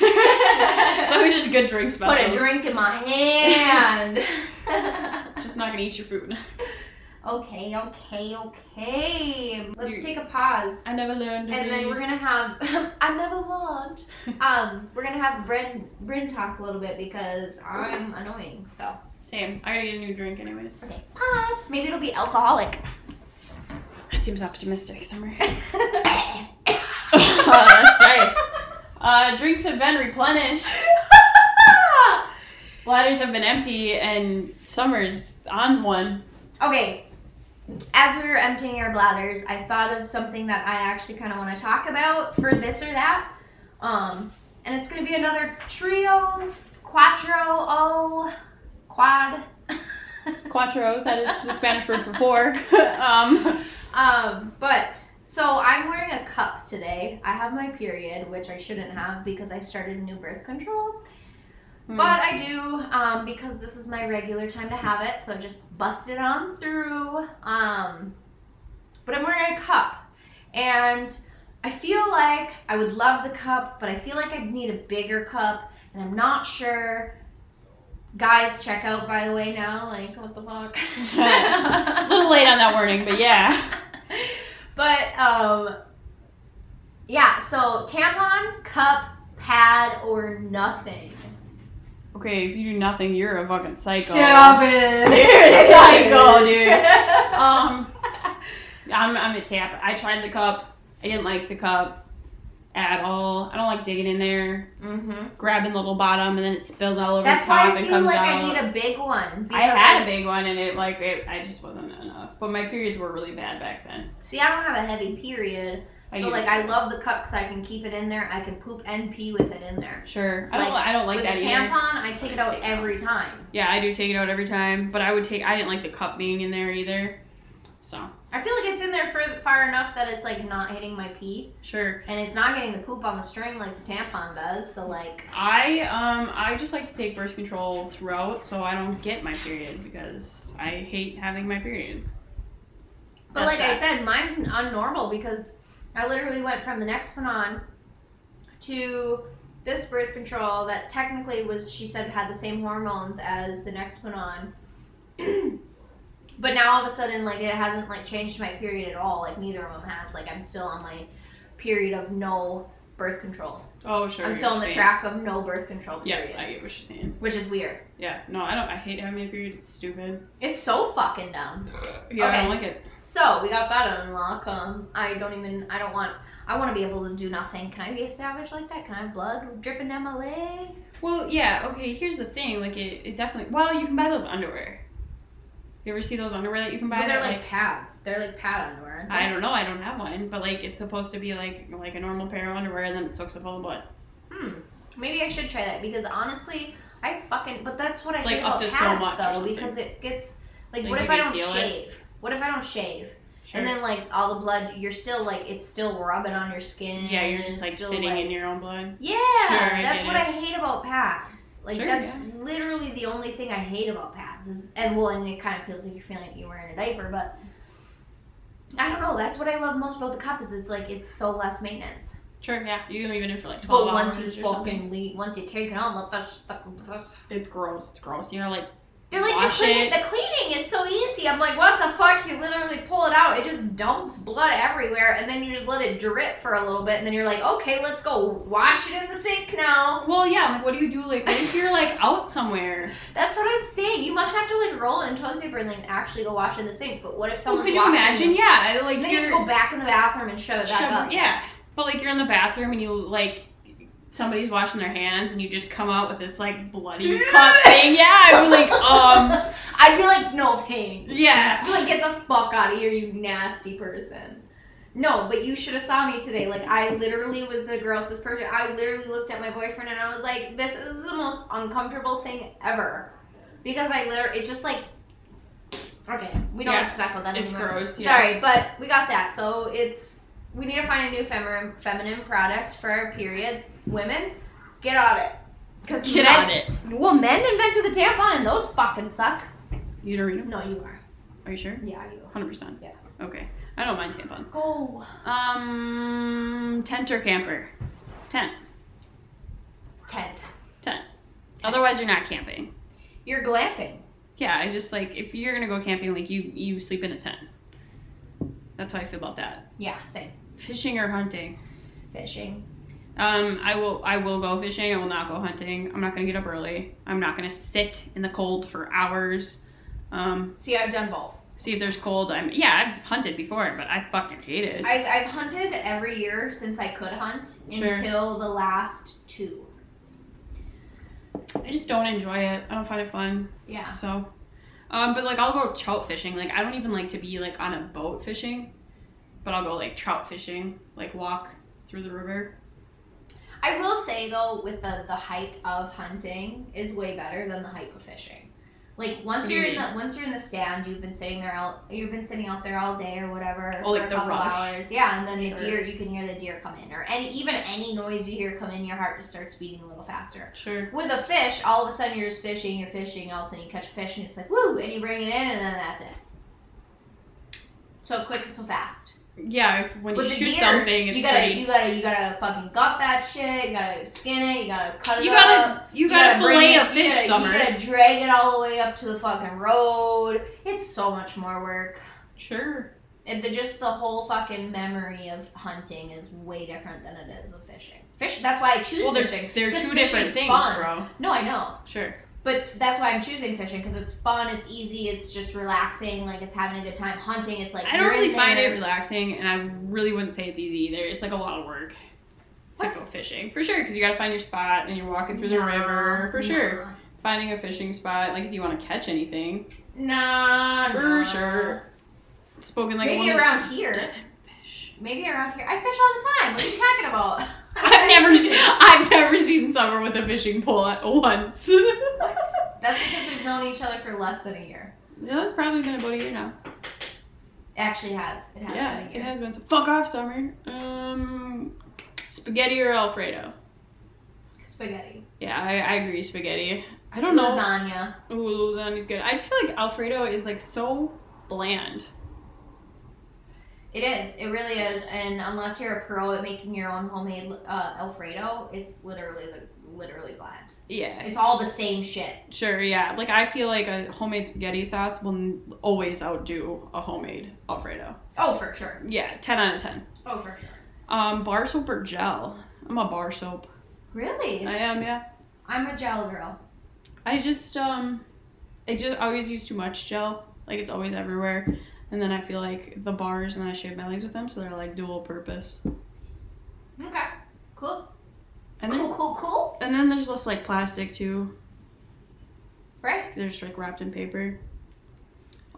Speaker 2: It's
Speaker 1: Put
Speaker 2: always just good drink specials.
Speaker 1: a drink in my hand.
Speaker 2: Just not gonna eat your food.
Speaker 1: okay, okay, okay. Let's
Speaker 2: You-
Speaker 1: take a pause.
Speaker 2: I never learned. To
Speaker 1: And
Speaker 2: read.
Speaker 1: then we're gonna have I never learned. Um, we're gonna have Bryn Bryn talk a little bit because I'm annoying. So
Speaker 2: Same. I gotta get a new drink anyways.
Speaker 1: okay, pause. Maybe it'll be alcoholic.
Speaker 2: That seems optimistic, Summer.
Speaker 1: That's
Speaker 2: Oh, nice. Uh, drinks have been replenished. Bladders have been empty, and Summer's on one.
Speaker 1: okay. As we were emptying our bladders, I thought of something that I actually kind of want to talk about for this or that. Um, and it's gonna be another trio, quattro, oh, quad.
Speaker 2: Cuatro, that is the Spanish word for four. um,
Speaker 1: Um, but so I'm wearing a cup today. I have my period, which I shouldn't have because I started new birth control.
Speaker 2: hmm.
Speaker 1: But I do um, because this is my regular time to have it, so I've just busted on through. Um, but I'm wearing a cup, and I feel like I would love the cup, but I feel like I'd need a bigger cup, and I'm not sure. Guys, check out by the way now. Like, what the fuck?
Speaker 2: A little late on that warning, but yeah.
Speaker 1: but um yeah so tampon cup pad or nothing
Speaker 2: Okay, if you do nothing, you're a fucking psycho.
Speaker 1: Seven.
Speaker 2: Psycho, dude. Um, I'm, I'm a tap. I tried the cup. I didn't like the cup at all. I don't like digging in there,
Speaker 1: hmm
Speaker 2: grabbing the little bottom, and then it spills all over
Speaker 1: that's
Speaker 2: the top
Speaker 1: why i
Speaker 2: and
Speaker 1: feel
Speaker 2: comes
Speaker 1: like
Speaker 2: out.
Speaker 1: i need a big one
Speaker 2: I had a big one, and it like it, I just wasn't enough. But my periods were really bad back then.
Speaker 1: see i don't have a heavy period
Speaker 2: I
Speaker 1: so
Speaker 2: used-
Speaker 1: like i love the cup because i can keep it in there i can poop and pee with it in there
Speaker 2: sure. I don't.
Speaker 1: like,
Speaker 2: I don't like
Speaker 1: with
Speaker 2: that
Speaker 1: a
Speaker 2: either.
Speaker 1: tampon i take it
Speaker 2: Let's
Speaker 1: out
Speaker 2: take it out.
Speaker 1: every time
Speaker 2: Yeah, I do take it out every time, but I would take. I didn't like the cup being in there either. So
Speaker 1: i feel like it's in there for far enough that it's like not hitting my pee
Speaker 2: sure.
Speaker 1: and it's not getting the poop on the string like the tampon does so like
Speaker 2: I um I just like to take birth control throughout, so I don't get my period because I hate having my period.
Speaker 1: But like
Speaker 2: That's
Speaker 1: I said, mine's an unnormal because I literally went from the next one on to this birth control that technically was she said had the same hormones as the next one on. but now all of a sudden like it hasn't like changed my period at all. Like neither of them has. Like I'm still on my period of no birth control.
Speaker 2: Oh sure.
Speaker 1: I'm
Speaker 2: you're
Speaker 1: still on the
Speaker 2: saying-
Speaker 1: track of no birth control
Speaker 2: Yeah,
Speaker 1: period,
Speaker 2: I get what you're saying.
Speaker 1: which is weird.
Speaker 2: Yeah, no, I don't. I hate having my period. It's stupid.
Speaker 1: It's so fucking dumb.
Speaker 2: Yeah, I
Speaker 1: Okay.
Speaker 2: don't like it.
Speaker 1: So we got that unlock. Um, I don't even. I don't want. I want to be able to do nothing. Can I be a savage like that? Can I have blood dripping down my leg?
Speaker 2: Well, yeah, okay, here's the thing. Like, it, it definitely. Well, you can buy those underwear. You ever see those underwear that you can buy?
Speaker 1: But they're
Speaker 2: that,
Speaker 1: like, pads. They're like pad underwear. aren't
Speaker 2: I
Speaker 1: they?
Speaker 2: don't know, I don't have one, but, like, it's supposed to be, like, like a normal pair of underwear and then it soaks up all the blood.
Speaker 1: Hmm. Maybe I should try that because honestly, I fucking. But that's what I
Speaker 2: Like,
Speaker 1: hate
Speaker 2: up
Speaker 1: about
Speaker 2: to so
Speaker 1: pads
Speaker 2: much or
Speaker 1: though,
Speaker 2: something.
Speaker 1: because it gets like,
Speaker 2: Like,
Speaker 1: what
Speaker 2: you
Speaker 1: if I
Speaker 2: can
Speaker 1: don't
Speaker 2: feel it?
Speaker 1: shave? What if I don't shave?
Speaker 2: Sure.
Speaker 1: And then like all the blood, you're still like it's still rubbing on your skin.
Speaker 2: yeah, you're
Speaker 1: and
Speaker 2: just,
Speaker 1: it's
Speaker 2: like,
Speaker 1: still,
Speaker 2: sitting
Speaker 1: like-
Speaker 2: in your own blood.
Speaker 1: Yeah,
Speaker 2: Sure, I
Speaker 1: that's
Speaker 2: get
Speaker 1: what
Speaker 2: it.
Speaker 1: I hate about pads. Like
Speaker 2: Sure,
Speaker 1: that's
Speaker 2: yeah.
Speaker 1: literally the only thing I hate about pads is, and well, and it kind of feels like you're feeling like you're wearing a diaper, but I don't know. That's what I love most about the cup is it's like it's so less maintenance.
Speaker 2: Sure, yeah, you can leave it in for, like, 12
Speaker 1: But once
Speaker 2: hours
Speaker 1: you
Speaker 2: or something.
Speaker 1: fucking leave, once you take it on, let that stuff.
Speaker 2: It's gross, it's gross. You know, like,
Speaker 1: They're like
Speaker 2: wash
Speaker 1: the, clean-
Speaker 2: it.
Speaker 1: the cleaning is so easy. I'm like, what the fuck? You literally pull it out. It just dumps blood everywhere, and then you just let it drip for a little bit, and then you're like, okay, let's go wash it in the sink now.
Speaker 2: Well, yeah. Like, what do you do? Like, what if you're like out somewhere?
Speaker 1: That's what I'm saying. You must have to like roll it in toilet paper and then actually go wash it in the sink. But what if
Speaker 2: Well,
Speaker 1: someone's
Speaker 2: could you
Speaker 1: washing
Speaker 2: imagine?
Speaker 1: it?
Speaker 2: Yeah, like
Speaker 1: And then you just
Speaker 2: you're-
Speaker 1: go back in the bathroom and shove it back
Speaker 2: shove-
Speaker 1: up.
Speaker 2: Yeah, but like you're in the bathroom and you like somebody's washing their hands and you just come out with this like bloody cut thing. Yeah, I'm like, um,
Speaker 1: I'd be like, no thanks.
Speaker 2: yeah.
Speaker 1: I'm like, get the fuck out of here, you nasty person. No, but you should have saw me today. Like, I literally was the grossest person. I literally looked at my boyfriend and I was like, this is the most uncomfortable thing ever. Because I literally, it's just like, okay, we don't
Speaker 2: Yeah,
Speaker 1: have to talk about that
Speaker 2: it's
Speaker 1: anymore.
Speaker 2: gross, yeah.
Speaker 1: Sorry, but we got that. So it's, we need to find a new feminine, feminine product for our periods. Women, get on it. Because
Speaker 2: Get
Speaker 1: men,
Speaker 2: on it.
Speaker 1: well, men invented the tampon and those fucking suck.
Speaker 2: Uterina.
Speaker 1: No, you are.
Speaker 2: Are you sure?
Speaker 1: Yeah, you are.
Speaker 2: Hundred percent.
Speaker 1: Yeah.
Speaker 2: Okay. I don't mind tampons.
Speaker 1: Go.
Speaker 2: Um, tent or camper? Tent.
Speaker 1: Tent.
Speaker 2: Otherwise, you're not camping.
Speaker 1: You're glamping.
Speaker 2: Yeah, I just like if you're gonna go camping, like you you sleep in a tent. That's how I feel about that.
Speaker 1: Yeah, same.
Speaker 2: Fishing or hunting?
Speaker 1: Fishing.
Speaker 2: Um, I will. I will go fishing. I will not go hunting. I'm not gonna get up early. I'm not gonna sit in the cold for hours. Um,
Speaker 1: See, I've done both.
Speaker 2: see if there's cold. I'm yeah. I've hunted before, but I fucking hate it.
Speaker 1: I've, I've hunted every year since I could hunt
Speaker 2: Sure.
Speaker 1: until the last two.
Speaker 2: I just don't enjoy it. I don't find it fun.
Speaker 1: Yeah.
Speaker 2: So, um, but like I'll go trout fishing. Like I don't even like to be like on a boat fishing, but I'll go like trout fishing. Like walk through the river.
Speaker 1: I will say though, with the the hype of hunting is way better than the hype of fishing. Like once
Speaker 2: What do
Speaker 1: you're
Speaker 2: you
Speaker 1: in the once you're in the stand, you've been sitting there out you've been sitting out there all day or whatever
Speaker 2: Oh,
Speaker 1: for
Speaker 2: like
Speaker 1: a
Speaker 2: the
Speaker 1: couple
Speaker 2: rush.
Speaker 1: hours. Yeah, and then the
Speaker 2: Sure.
Speaker 1: deer you can hear the deer come in, or any even any noise you hear come in, your heart just starts beating a little faster.
Speaker 2: Sure.
Speaker 1: With a fish, all of a sudden you're just fishing, you're fishing, all of a sudden you catch a fish and it's like, woo, and you bring it in and then that's it. So quick and so fast.
Speaker 2: Yeah. If, when you
Speaker 1: With the
Speaker 2: shoot
Speaker 1: deer,
Speaker 2: something, it's
Speaker 1: You gotta
Speaker 2: pretty.
Speaker 1: you gotta you gotta fucking gut that shit, you gotta skin it, you gotta cut it
Speaker 2: You
Speaker 1: up.
Speaker 2: gotta, you gotta,
Speaker 1: bring
Speaker 2: fillet
Speaker 1: it-
Speaker 2: a fish
Speaker 1: you gotta,
Speaker 2: summer.
Speaker 1: You gotta drag it all the way up to the fucking road. It's so much more work.
Speaker 2: Sure.
Speaker 1: It, the, just the whole fucking memory of hunting is way different than it is with fishing. Fish. That's why I choose
Speaker 2: Well, they're,
Speaker 1: fishing.
Speaker 2: they're
Speaker 1: 'cause
Speaker 2: two different
Speaker 1: fishing's
Speaker 2: things,
Speaker 1: fun.
Speaker 2: bro.
Speaker 1: No, I know.
Speaker 2: Sure.
Speaker 1: But that's why I'm choosing fishing because it's fun, it's easy, it's just relaxing, like it's having a good time. Hunting, it's like
Speaker 2: I don't
Speaker 1: you're in
Speaker 2: really find it
Speaker 1: there.
Speaker 2: relaxing, and I really wouldn't say it's easy either. It's like a lot of work to
Speaker 1: What?
Speaker 2: go fishing, for sure, because you gotta find your spot, and you're walking through the
Speaker 1: Nah,
Speaker 2: river, for
Speaker 1: nah.
Speaker 2: sure. Finding a fishing spot, like if you want to catch anything,
Speaker 1: Nah,
Speaker 2: for
Speaker 1: nah.
Speaker 2: sure. Spoken like
Speaker 1: Maybe
Speaker 2: a woman
Speaker 1: around
Speaker 2: who
Speaker 1: here.
Speaker 2: doesn't fish.
Speaker 1: Maybe around here. I fish all the time. What are you talking about?
Speaker 2: I've never, seen, I've never seen summer with a fishing pole at once.
Speaker 1: What? That's because we've known each other for less than a year.
Speaker 2: no, it's probably been about a year now.
Speaker 1: It actually has. It has
Speaker 2: yeah,
Speaker 1: been a
Speaker 2: it
Speaker 1: year.
Speaker 2: has been. So fuck off, summer. Um, spaghetti or Alfredo?
Speaker 1: Spaghetti.
Speaker 2: Yeah, I, I agree. Spaghetti. I don't know.
Speaker 1: Lasagna.
Speaker 2: Ooh, lasagna's good. I just feel like Alfredo is like so bland.
Speaker 1: It is. It really is. And unless you're a pro at making your own homemade uh, Alfredo, it's literally literally bland.
Speaker 2: Yeah.
Speaker 1: It's all the same shit.
Speaker 2: Sure. Yeah. Like I feel like a homemade spaghetti sauce will n- always outdo a homemade Alfredo.
Speaker 1: Oh, for sure.
Speaker 2: Yeah, ten out of ten.
Speaker 1: Oh, for sure.
Speaker 2: Um, bar soap or gel? I'm a bar soap.
Speaker 1: Really?
Speaker 2: I am. Yeah.
Speaker 1: I'm a gel girl.
Speaker 2: I just um, I just always use too much gel. Like it's always everywhere. And then I feel like the bars, and then I shave my legs with them, so they're like dual purpose.
Speaker 1: Okay. Cool.
Speaker 2: And then,
Speaker 1: cool, cool, cool.
Speaker 2: and then there's less like plastic too.
Speaker 1: Right?
Speaker 2: They're just like wrapped in paper.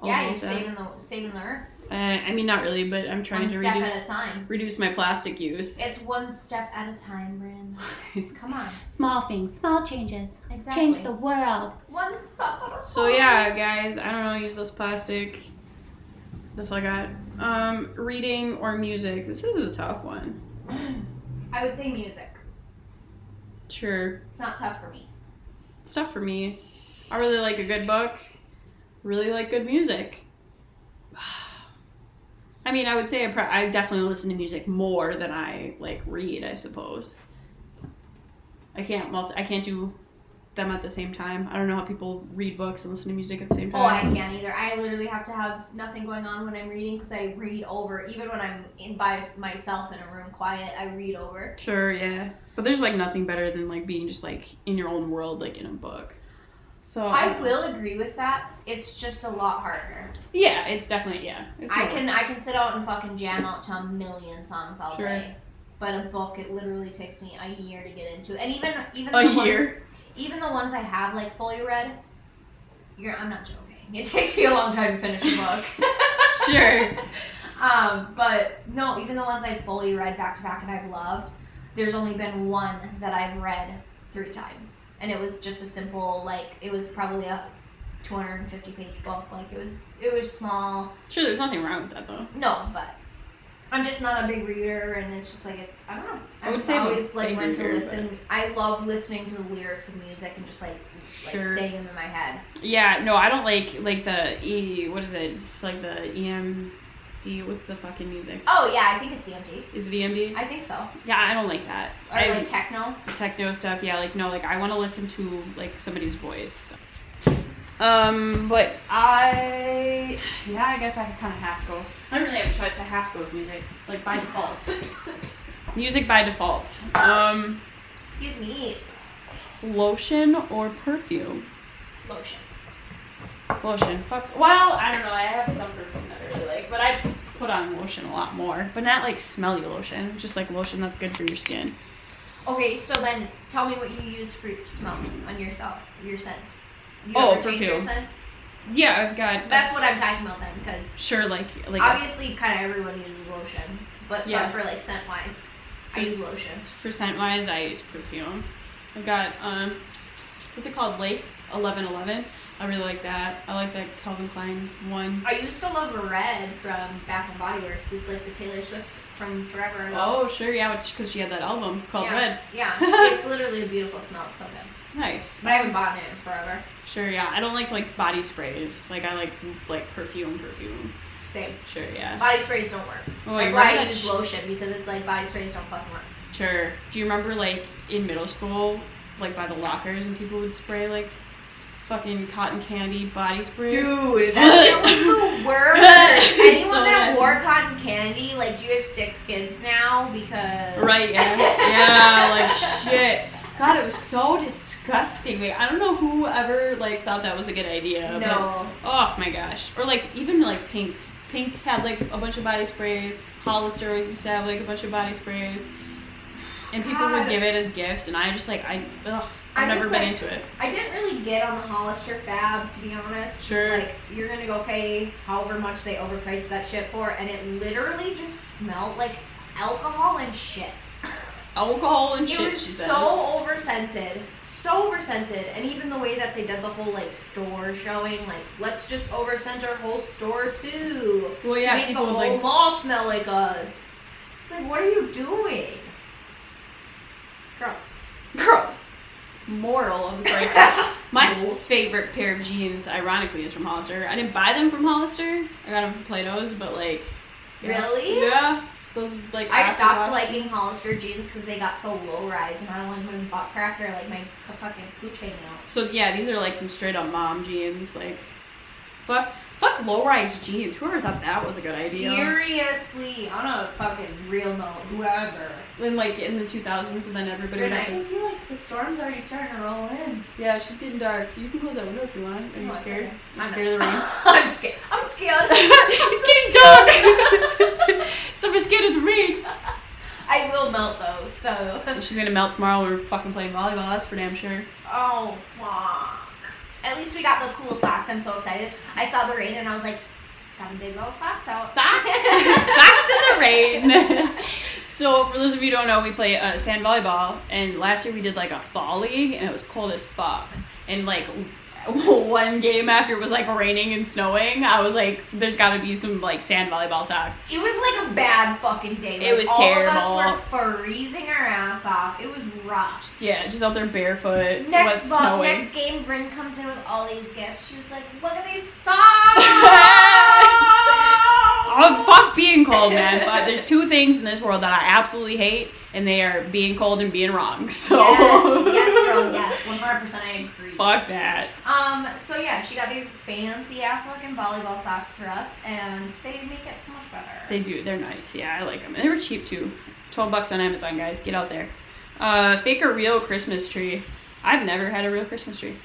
Speaker 2: All
Speaker 1: yeah,
Speaker 2: of
Speaker 1: you're
Speaker 2: that.
Speaker 1: saving the saving the earth
Speaker 2: Uh, I mean, not really, but I'm trying
Speaker 1: one
Speaker 2: to
Speaker 1: step
Speaker 2: reduce
Speaker 1: at a time.
Speaker 2: reduce my plastic use.
Speaker 1: It's one step at a time, Bryn. Come on.
Speaker 2: small things, small changes,
Speaker 1: Exactly.
Speaker 2: world.
Speaker 1: one step at a time.
Speaker 2: So yeah, guys, I don't know, use less plastic. That's all I got. Um, reading or music. This is a tough one.
Speaker 1: I would say music.
Speaker 2: Sure,
Speaker 1: It's not tough for me.
Speaker 2: it's tough for me. I really like a good book. Really like good music. I mean, I would say I, pro- I definitely listen to music more than I like read. I suppose. I can't multi. I can't do them at the same time. I don't know how people read books and listen to music at the same time.
Speaker 1: Oh, I can't either. I literally have to have nothing going on when I'm reading because I read over. Even when I'm in by myself in a room, quiet, I read over.
Speaker 2: Sure, yeah. But there's like nothing better than like being just like in your own world, like in a book. So
Speaker 1: I will agree with that. It's just a lot harder.
Speaker 2: Yeah, it's definitely yeah. It's
Speaker 1: I
Speaker 2: not-
Speaker 1: can I can sit out and fucking jam out to a million songs all
Speaker 2: Sure.
Speaker 1: day, but a book it literally takes me a year to get into. And even even
Speaker 2: a
Speaker 1: the Ones,
Speaker 2: year.
Speaker 1: even the ones I have like fully read, you're I'm not joking. It takes me a long time to finish a book.
Speaker 2: Sure.
Speaker 1: Um, but no, even the ones I've fully read back to back and I've loved, there's only been one that I've read three times. And it was just a simple like it was probably a 250 page book. Like it was it was small.
Speaker 2: Sure, there's nothing wrong with that though.
Speaker 1: No, but I'm just not a big reader, and it's just like it's I don't know.
Speaker 2: I
Speaker 1: I
Speaker 2: would
Speaker 1: would
Speaker 2: say I'm a
Speaker 1: always like
Speaker 2: big
Speaker 1: when to
Speaker 2: reader,
Speaker 1: listen. I love listening to the lyrics of music and just like like
Speaker 2: Sure.
Speaker 1: saying them in my head.
Speaker 2: Yeah, no, I don't like like the E what is it? Just like the EMD what's the fucking music?
Speaker 1: Oh yeah, I think it's EMD.
Speaker 2: Is it EMD?
Speaker 1: I think so. Or
Speaker 2: Yeah, I don't like that. I
Speaker 1: like techno.
Speaker 2: techno stuff. Yeah, like no, like I want to listen to like somebody's voice. Um, but I, yeah, I guess I kind of have to go. I don't really have a choice. I have to go with music, like by default. music by default. Um,
Speaker 1: Excuse me.
Speaker 2: lotion or perfume?
Speaker 1: Lotion.
Speaker 2: Lotion. Fuck. Well, I don't know. I have some perfume that I really like, but I put on lotion a lot more, but not like smelly lotion. Just like lotion that's good for your skin.
Speaker 1: Okay, so then tell me what you use for your smell on yourself, your scent. You
Speaker 2: Oh,
Speaker 1: ever change your
Speaker 2: perfume.
Speaker 1: scent?
Speaker 2: Yeah, I've got.
Speaker 1: That's what I'm talking about then, because
Speaker 2: sure. Like like.
Speaker 1: obviously, kind of everyone uses lotion, but
Speaker 2: Yeah.
Speaker 1: yeah. for like scent wise, I use lotion.
Speaker 2: For scent wise, I use perfume. I've got um, what's it called? Lake Eleven Eleven. I really like that. I like that Calvin Klein one.
Speaker 1: I used to love red from Bath and Body Works. It's like the Taylor Swift from forever ago.
Speaker 2: Oh sure, yeah, because she had that album called
Speaker 1: yeah.
Speaker 2: Red.
Speaker 1: Yeah, it's literally a beautiful smell. It's so good.
Speaker 2: Nice.
Speaker 1: But I haven't bought it in forever.
Speaker 2: Sure, yeah. I don't like like body sprays. Like I like like perfume, perfume.
Speaker 1: Same.
Speaker 2: Sure, yeah.
Speaker 1: Body sprays don't work.
Speaker 2: Oh,
Speaker 1: That's
Speaker 2: you
Speaker 1: why
Speaker 2: remember
Speaker 1: I
Speaker 2: that
Speaker 1: use
Speaker 2: sh-
Speaker 1: lotion because it's like body sprays don't fucking work.
Speaker 2: Sure. Do you remember like in middle school, like by the lockers, and people would spray like fucking cotton candy body spray?
Speaker 1: Dude, that shit was the worst. Anyone
Speaker 2: So
Speaker 1: that
Speaker 2: nasty.
Speaker 1: wore cotton candy, like, do you have six kids now? Because
Speaker 2: Right, yeah. yeah, like shit. God, it was so disgusting. Like, I don't know who ever like thought that was a good idea.
Speaker 1: no,
Speaker 2: But, oh my gosh. Or like even like Pink. Pink had like a bunch of body sprays. Hollister used to have like a bunch of body sprays. And people would
Speaker 1: God.
Speaker 2: give it as gifts, and I just like I ugh, I've
Speaker 1: I'm
Speaker 2: never
Speaker 1: just,
Speaker 2: been
Speaker 1: like-
Speaker 2: into it.
Speaker 1: I didn't really get on the Hollister fab to be honest.
Speaker 2: Sure.
Speaker 1: Like, you're gonna go pay however much they overpriced that shit for, and it literally just smelled like alcohol and shit.
Speaker 2: Alcohol and shit.
Speaker 1: it was
Speaker 2: she says.
Speaker 1: so over scented, so over scented, and even the way that they did the whole like store showing, like let's just over scent our whole store too.
Speaker 2: Well,
Speaker 1: to
Speaker 2: yeah,
Speaker 1: make the
Speaker 2: people would
Speaker 1: whole
Speaker 2: like
Speaker 1: mall smell like us. It's like, what are you doing? Gross.
Speaker 2: Gross. Moral of the story. My favorite pair of jeans, ironically, is from Hollister. I didn't buy them from Hollister. I got them from Play-Doh's, but like. yeah.
Speaker 1: Really?
Speaker 2: Yeah. Those like.
Speaker 1: I
Speaker 2: acid
Speaker 1: stopped
Speaker 2: wash
Speaker 1: liking
Speaker 2: jeans.
Speaker 1: Hollister jeans because they got so low rise, and I don't like when butt crack or like my c- fucking pooch hanging out.
Speaker 2: So yeah, these are like some straight up mom jeans. Like, fuck, fuck low-rise jeans. Whoever thought that was a good idea.
Speaker 1: Seriously, on a fucking real note, whoever.
Speaker 2: And like in the 2000s, and then everybody.
Speaker 1: But
Speaker 2: would
Speaker 1: I
Speaker 2: have
Speaker 1: can feel like the storm's already starting to roll in.
Speaker 2: Yeah, it's just getting dark. You can close that window if you want. Are
Speaker 1: No,
Speaker 2: you
Speaker 1: it's
Speaker 2: scared?
Speaker 1: okay.
Speaker 2: You're
Speaker 1: I'm
Speaker 2: scared of the rain?
Speaker 1: I'm scared. I'm scared.
Speaker 2: it's getting dark. Summer's scared of the rain.
Speaker 1: I will melt though. So.
Speaker 2: She's gonna melt tomorrow. We're fucking playing volleyball. That's for damn sure.
Speaker 1: Oh fuck! At least we got the cool socks. I'm so excited. I saw the rain and I was like, got to dig those socks out.
Speaker 2: Socks, socks in the rain. so for those of you who don't know, we play uh, sand volleyball, and last year we did like a fall league, and it was cold as fuck. And like one game after it was like raining and snowing, I was like, "There's got to be some like sand volleyball socks."
Speaker 1: It was like a bad fucking day.
Speaker 2: It
Speaker 1: Like,
Speaker 2: was
Speaker 1: all
Speaker 2: terrible.
Speaker 1: All of us were freezing our ass off. It was rough.
Speaker 2: Yeah, just out there barefoot.
Speaker 1: Next
Speaker 2: was
Speaker 1: ball,
Speaker 2: snowing.
Speaker 1: next game, Brynn comes in with all these gifts. She was like, "Look at these socks!"
Speaker 2: oh, fuck being cold, man. But there's two things in this world that I absolutely hate, and they are being cold and being wrong. So
Speaker 1: Yes, yes, girl, yes. One hundred percent, I agree.
Speaker 2: fuck that.
Speaker 1: Um, so yeah, she got these fancy ass fucking volleyball socks for us, and they make it so much better.
Speaker 2: They do. They're nice. Yeah, I like them. And they were cheap too. Twelve bucks on Amazon, guys. Get out there. Uh, fake or real Christmas tree. I've never had a real Christmas tree.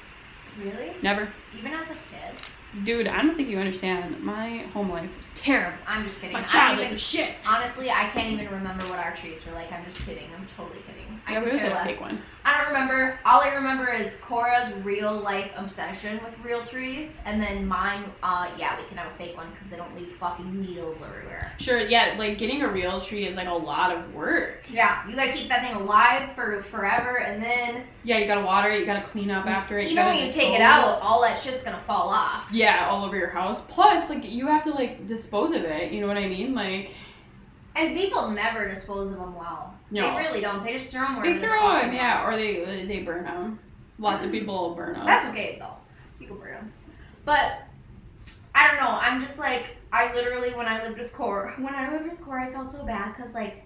Speaker 1: Really?
Speaker 2: Never.
Speaker 1: Even as a kid?
Speaker 2: Dude, I don't think you understand. My home life was terrible.
Speaker 1: I'm just kidding.
Speaker 2: My
Speaker 1: I don't
Speaker 2: childhood
Speaker 1: even.
Speaker 2: was shit.
Speaker 1: Honestly, I can't even remember what our trees were like. I'm just kidding. I'm totally kidding. I
Speaker 2: Yeah,
Speaker 1: could
Speaker 2: we always
Speaker 1: care
Speaker 2: had a
Speaker 1: less.
Speaker 2: fake one.
Speaker 1: I don't remember. All I remember is Cora's real life obsession with real trees, and then mine. Uh, yeah, we can have a fake one because they don't leave fucking needles everywhere.
Speaker 2: Sure, yeah, like getting a real tree is like a lot of work.
Speaker 1: Yeah, you gotta keep that thing alive for forever, and then
Speaker 2: Yeah, you gotta water it, you gotta clean up after it.
Speaker 1: even
Speaker 2: gotta
Speaker 1: when you take it
Speaker 2: dispose.
Speaker 1: out, all that shit's gonna fall off.
Speaker 2: Yeah, all over your house. Plus, like, you have to, like, dispose of it. You know what I mean? Like,
Speaker 1: And people never dispose of them well.
Speaker 2: No.
Speaker 1: They really don't. They just throw them.
Speaker 2: they throw them, yeah, or they they burn them. Lots of people burn them.
Speaker 1: Mm. That's okay though. You can burn them. But I don't know. I'm just like I literally when I lived with Core when I lived with Core I felt so bad because like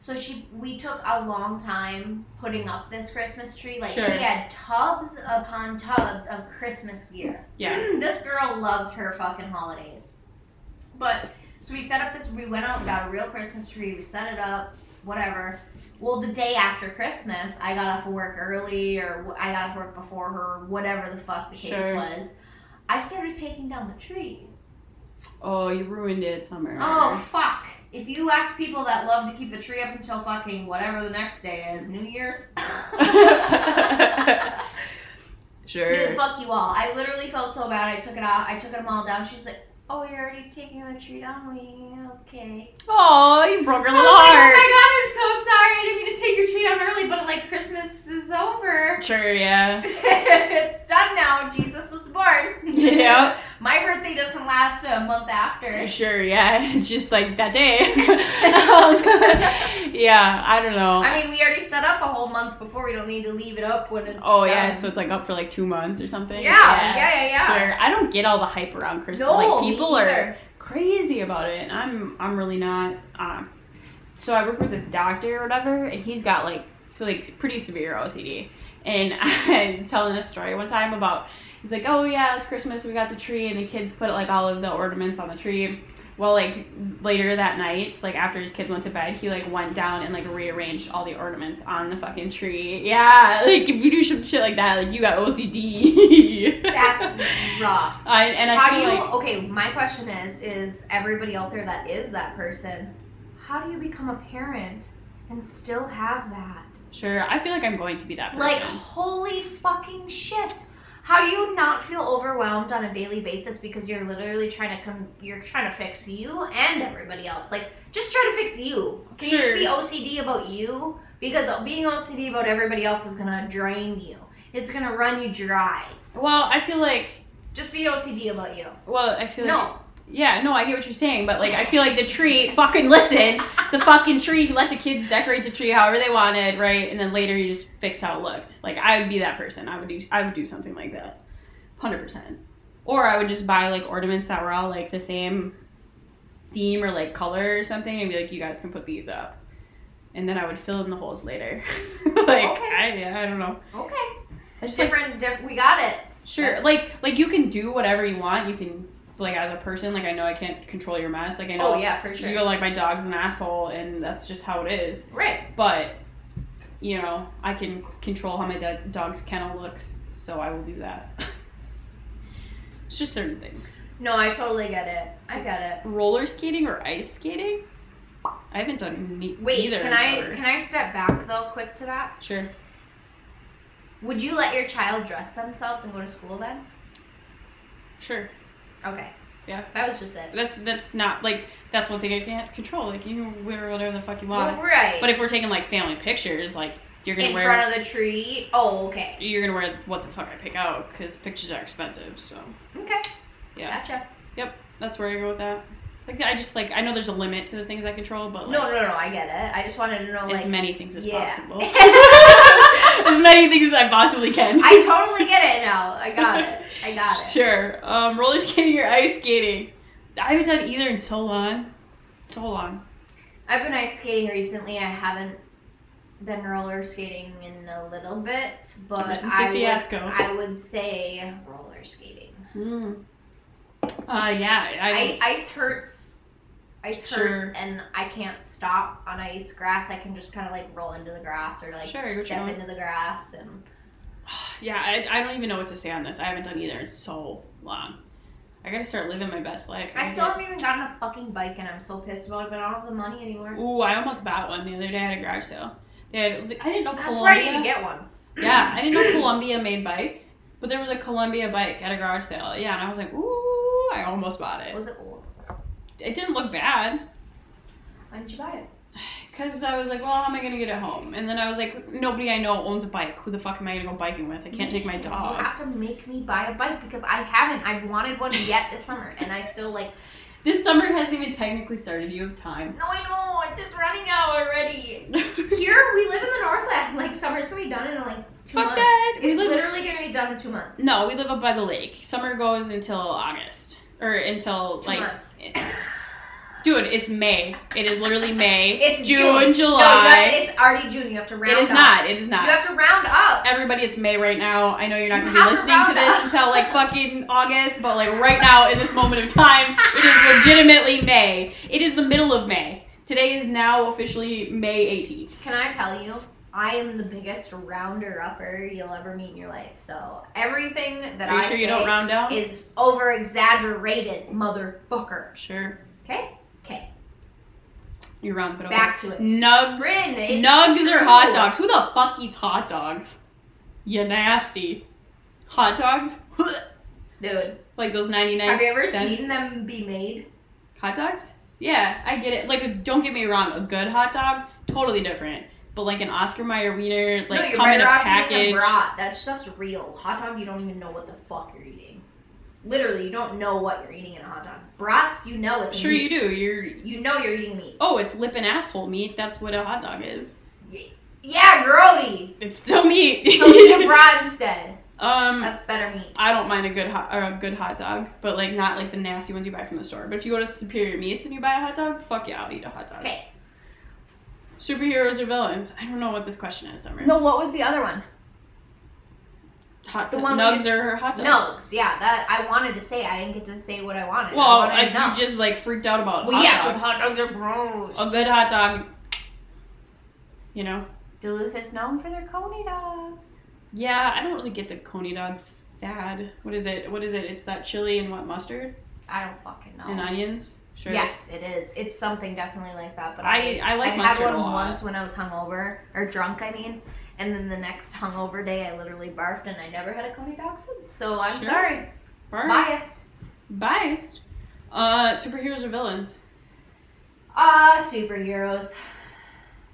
Speaker 1: so she we took a long time putting up this Christmas tree. Like
Speaker 2: Sure.
Speaker 1: she had tubs upon tubs of Christmas gear.
Speaker 2: yeah.
Speaker 1: this girl loves her fucking holidays. But so we set up this. We went out and got a real Christmas tree. We set it up, whatever. Well, the day after Christmas, I got off of work early, or wh- I got off work before her, whatever the fuck the case
Speaker 2: Sure.
Speaker 1: was. I started taking down the tree.
Speaker 2: Oh, you ruined it, Summer.
Speaker 1: Oh fuck! If you ask people that love to keep the tree up until fucking whatever the next day is, New Year's. Dude,
Speaker 2: sure.
Speaker 1: fuck you all. I literally felt so bad. I took it off. I took them all down. She's like, "Oh, you're already taking the tree down. We okay."
Speaker 2: Oh, you broke her
Speaker 1: I
Speaker 2: little
Speaker 1: was like, "Oh
Speaker 2: heart.
Speaker 1: my god, I'm so sorry. I didn't mean to take your tree down early, but like Christmas is over.
Speaker 2: Sure, yeah.
Speaker 1: it's done now. Jesus was born.
Speaker 2: Yep.
Speaker 1: my birthday doesn't last a month after.
Speaker 2: Sure, yeah. It's just like that day. Um, yeah, I don't know.
Speaker 1: I mean, we already set up a whole month before. We don't need to leave it up when it's.
Speaker 2: oh
Speaker 1: done.
Speaker 2: yeah, so it's like up for like two months or something.
Speaker 1: yeah, yeah, yeah, yeah.
Speaker 2: Sure. I don't get all the hype around Christmas.
Speaker 1: No,
Speaker 2: like
Speaker 1: me
Speaker 2: people are
Speaker 1: either.
Speaker 2: crazy about it, and I'm I'm really not. Um, so I work with this doctor or whatever, and he's got like so like pretty severe OCD. And I was telling this story one time about he's like, oh yeah, it's Christmas, we got the tree, and the kids put like all of the ornaments on the tree. Well, like later that night, like after his kids went to bed, he like went down and like rearranged all the ornaments on the fucking tree. Yeah, like if you do some shit like that, like you got OCD.
Speaker 1: That's rough.
Speaker 2: I, and I
Speaker 1: how do
Speaker 2: feel
Speaker 1: you
Speaker 2: like
Speaker 1: okay my question is is everybody out there that is that person how do you become a parent and still have that
Speaker 2: sure. I feel like I'm going to be that person.
Speaker 1: like holy fucking shit how do you not feel overwhelmed on a daily basis because you're literally trying to come you're trying to fix you and everybody else like just try to fix you can
Speaker 2: Sure.
Speaker 1: you just be ocd about you because being ocd about everybody else is gonna drain you it's gonna run you dry
Speaker 2: well, I feel like
Speaker 1: just be ocd about you
Speaker 2: well, I feel like
Speaker 1: no
Speaker 2: yeah, no, I get what you're saying, but like I feel like the tree fucking listen, the fucking tree. You let the kids decorate the tree however they wanted, right? And then later you just fix how it looked. Like I would be that person. I would do I would do something like that, hundred percent. Or I would just buy like ornaments that were all like the same theme or like color or something, and be like, you guys can put these up. And then I would fill in the holes later. like
Speaker 1: Okay.
Speaker 2: I, I don't know.
Speaker 1: okay
Speaker 2: I just like
Speaker 1: different diff- we got it
Speaker 2: Sure.
Speaker 1: That's-
Speaker 2: Like like you can do whatever you want. You can like as a person, like I know I can't control your mess. Like I know
Speaker 1: Oh, yeah for
Speaker 2: you know, like my dog's an asshole and that's just how it is.
Speaker 1: right
Speaker 2: But you know, I can control how my dad dog's kennel looks, so I will do that. it's just certain things.
Speaker 1: no i totally get it i get
Speaker 2: Roller skating or ice skating? I haven't done ne-
Speaker 1: it wait
Speaker 2: either.
Speaker 1: can i
Speaker 2: ever.
Speaker 1: can i step back though quick to that
Speaker 2: Sure.
Speaker 1: would you let your child dress themselves and go to school then
Speaker 2: Sure.
Speaker 1: okay
Speaker 2: Yeah.
Speaker 1: that was just it
Speaker 2: That's that's not like that's one thing I can't control. Like you can wear whatever the fuck you want.
Speaker 1: right
Speaker 2: But if we're taking like family pictures, like you're gonna
Speaker 1: in
Speaker 2: wear
Speaker 1: front of the tree oh okay
Speaker 2: you're gonna wear what the fuck I pick out because pictures are expensive. So
Speaker 1: okay
Speaker 2: Yeah.
Speaker 1: gotcha
Speaker 2: that's where I go with that. Like I just like I know there's a limit to the things I control, but like,
Speaker 1: no no no i get it i just wanted to know
Speaker 2: as
Speaker 1: like
Speaker 2: many things as
Speaker 1: yeah.
Speaker 2: possible, as many things as I possibly can.
Speaker 1: i totally get it now i got it i got it
Speaker 2: sure. Um, roller skating or ice skating? I haven't done either in so long. So long.
Speaker 1: I've been ice skating recently. I haven't been roller skating in a little bit, but
Speaker 2: Ever since the
Speaker 1: I would-
Speaker 2: fiasco.
Speaker 1: I would say roller skating.
Speaker 2: Mm. Uh, yeah. I,
Speaker 1: I, ice hurts. Ice hurts,
Speaker 2: Sure.
Speaker 1: and I can't stop on ice. Grass, I can just kind of like roll into the grass or like
Speaker 2: Sure, I get what you
Speaker 1: step
Speaker 2: mean.
Speaker 1: into the grass, and
Speaker 2: yeah. I, I don't even know what to say on this. I haven't done either in so long. I gotta start living my best life.
Speaker 1: I still haven't even gotten a fucking bike, and I'm so pissed about it. But I don't have the money anymore.
Speaker 2: Ooh, I almost bought one the other day at a garage sale. They had, I didn't know
Speaker 1: That's where I
Speaker 2: Columbia.
Speaker 1: need to get one.
Speaker 2: Yeah, I didn't know Columbia made bikes, but there was a Columbia bike at a garage sale. Yeah, and I was like, ooh, I almost bought it.
Speaker 1: Was it old?
Speaker 2: It didn't look bad
Speaker 1: Why didn't you buy it?
Speaker 2: because I was like, well, how am I gonna get it home? And then I was like, nobody I know owns a bike. Who the fuck am I gonna go biking with? I can't take my
Speaker 1: You
Speaker 2: dog.
Speaker 1: have to make me buy a bike because I haven't. I've wanted one yet this summer, and I still like.
Speaker 2: This summer hasn't even technically started. You have time.
Speaker 1: No, I know. It's just running out already. Here we live in the Northland. Like summer's gonna be done in like two
Speaker 2: Fuck
Speaker 1: months.
Speaker 2: that. We
Speaker 1: It's
Speaker 2: live-
Speaker 1: literally gonna be done in two months.
Speaker 2: no, we live up by the lake. Summer goes until August or until
Speaker 1: Two
Speaker 2: like.
Speaker 1: months.
Speaker 2: Dude, it's May. It is literally May.
Speaker 1: It's
Speaker 2: June,
Speaker 1: June. No, you
Speaker 2: July.
Speaker 1: have to, it's already June. You have to round
Speaker 2: it
Speaker 1: up.
Speaker 2: is not. It is not.
Speaker 1: You have to round up.
Speaker 2: everybody, it's May right now. I know you're not
Speaker 1: You
Speaker 2: going to
Speaker 1: have to
Speaker 2: be listening to
Speaker 1: round
Speaker 2: this
Speaker 1: up.
Speaker 2: until like fucking August, but like right now in this moment of time, it is legitimately May. It is the middle of May. Today is now officially May 18th.
Speaker 1: Can I tell you? I am the biggest rounder upper you'll ever meet in your life. So everything that
Speaker 2: Are you
Speaker 1: I
Speaker 2: sure
Speaker 1: say
Speaker 2: you don't round down?
Speaker 1: is over exaggerated, motherfucker.
Speaker 2: sure.
Speaker 1: Okay? Okay.
Speaker 2: You round, but okay.
Speaker 1: Back to it.
Speaker 2: Nugs.
Speaker 1: Bryn, it's
Speaker 2: Nugs are
Speaker 1: true.
Speaker 2: hot dogs. Who the fuck eats hot dogs? You nasty. Hot dogs?
Speaker 1: Dude.
Speaker 2: like those 99
Speaker 1: Have you ever
Speaker 2: cent-
Speaker 1: seen them be made?
Speaker 2: Hot dogs? Yeah, I get it. Like, don't get me wrong, a good hot dog, totally different. But like an Oscar Mayer wiener, like
Speaker 1: no, you're
Speaker 2: come in
Speaker 1: better
Speaker 2: a
Speaker 1: off
Speaker 2: package.
Speaker 1: eating a brat. That stuff's real. Hot dog, you don't even know what the fuck you're eating. Literally, you don't know what you're eating in a hot dog. Brats, you know it's
Speaker 2: Sure,
Speaker 1: meat.
Speaker 2: you do. You're
Speaker 1: You know you're eating meat.
Speaker 2: oh, it's lip and asshole meat. That's what a hot dog is.
Speaker 1: Yeah, grody.
Speaker 2: It's still meat.
Speaker 1: So eat a brat instead.
Speaker 2: um,
Speaker 1: That's better meat.
Speaker 2: I don't mind a good hot or a good hot dog, but like not like the nasty ones you buy from the store. But if you go to Superior Meats and you buy a hot dog, fuck yeah, I'll eat a hot dog.
Speaker 1: Okay.
Speaker 2: Superheroes or villains? I don't know what this question is, Summer.
Speaker 1: No, what was the other one?
Speaker 2: Hot
Speaker 1: The
Speaker 2: dog.
Speaker 1: one we
Speaker 2: Nugs
Speaker 1: just-
Speaker 2: or hot dogs?
Speaker 1: Nugs. Yeah, that I wanted to say. I didn't get to say what I wanted.
Speaker 2: Well,
Speaker 1: I wanted
Speaker 2: like
Speaker 1: nugs.
Speaker 2: you just like freaked out about.
Speaker 1: Well,
Speaker 2: hot
Speaker 1: yeah,
Speaker 2: dogs.
Speaker 1: because hot dogs are gross.
Speaker 2: a good hot dog. You know?
Speaker 1: Duluth is known for their coney dogs.
Speaker 2: Yeah, I don't really get the coney dog fad. What is it? What is it? It's that chili and what mustard
Speaker 1: I don't fucking know.
Speaker 2: and onions. Sure.
Speaker 1: Oh. Yes, it is. It's something definitely like that. But
Speaker 2: I I like
Speaker 1: I've
Speaker 2: mustard
Speaker 1: had
Speaker 2: a
Speaker 1: one
Speaker 2: lot.
Speaker 1: once when I was hungover or drunk, I mean, and then the next hungover day I literally barfed and I never had a Coney dog since. So I'm
Speaker 2: Sure.
Speaker 1: sorry,
Speaker 2: Bar-
Speaker 1: biased.
Speaker 2: Biased. Uh, superheroes or villains?
Speaker 1: Ah, superheroes,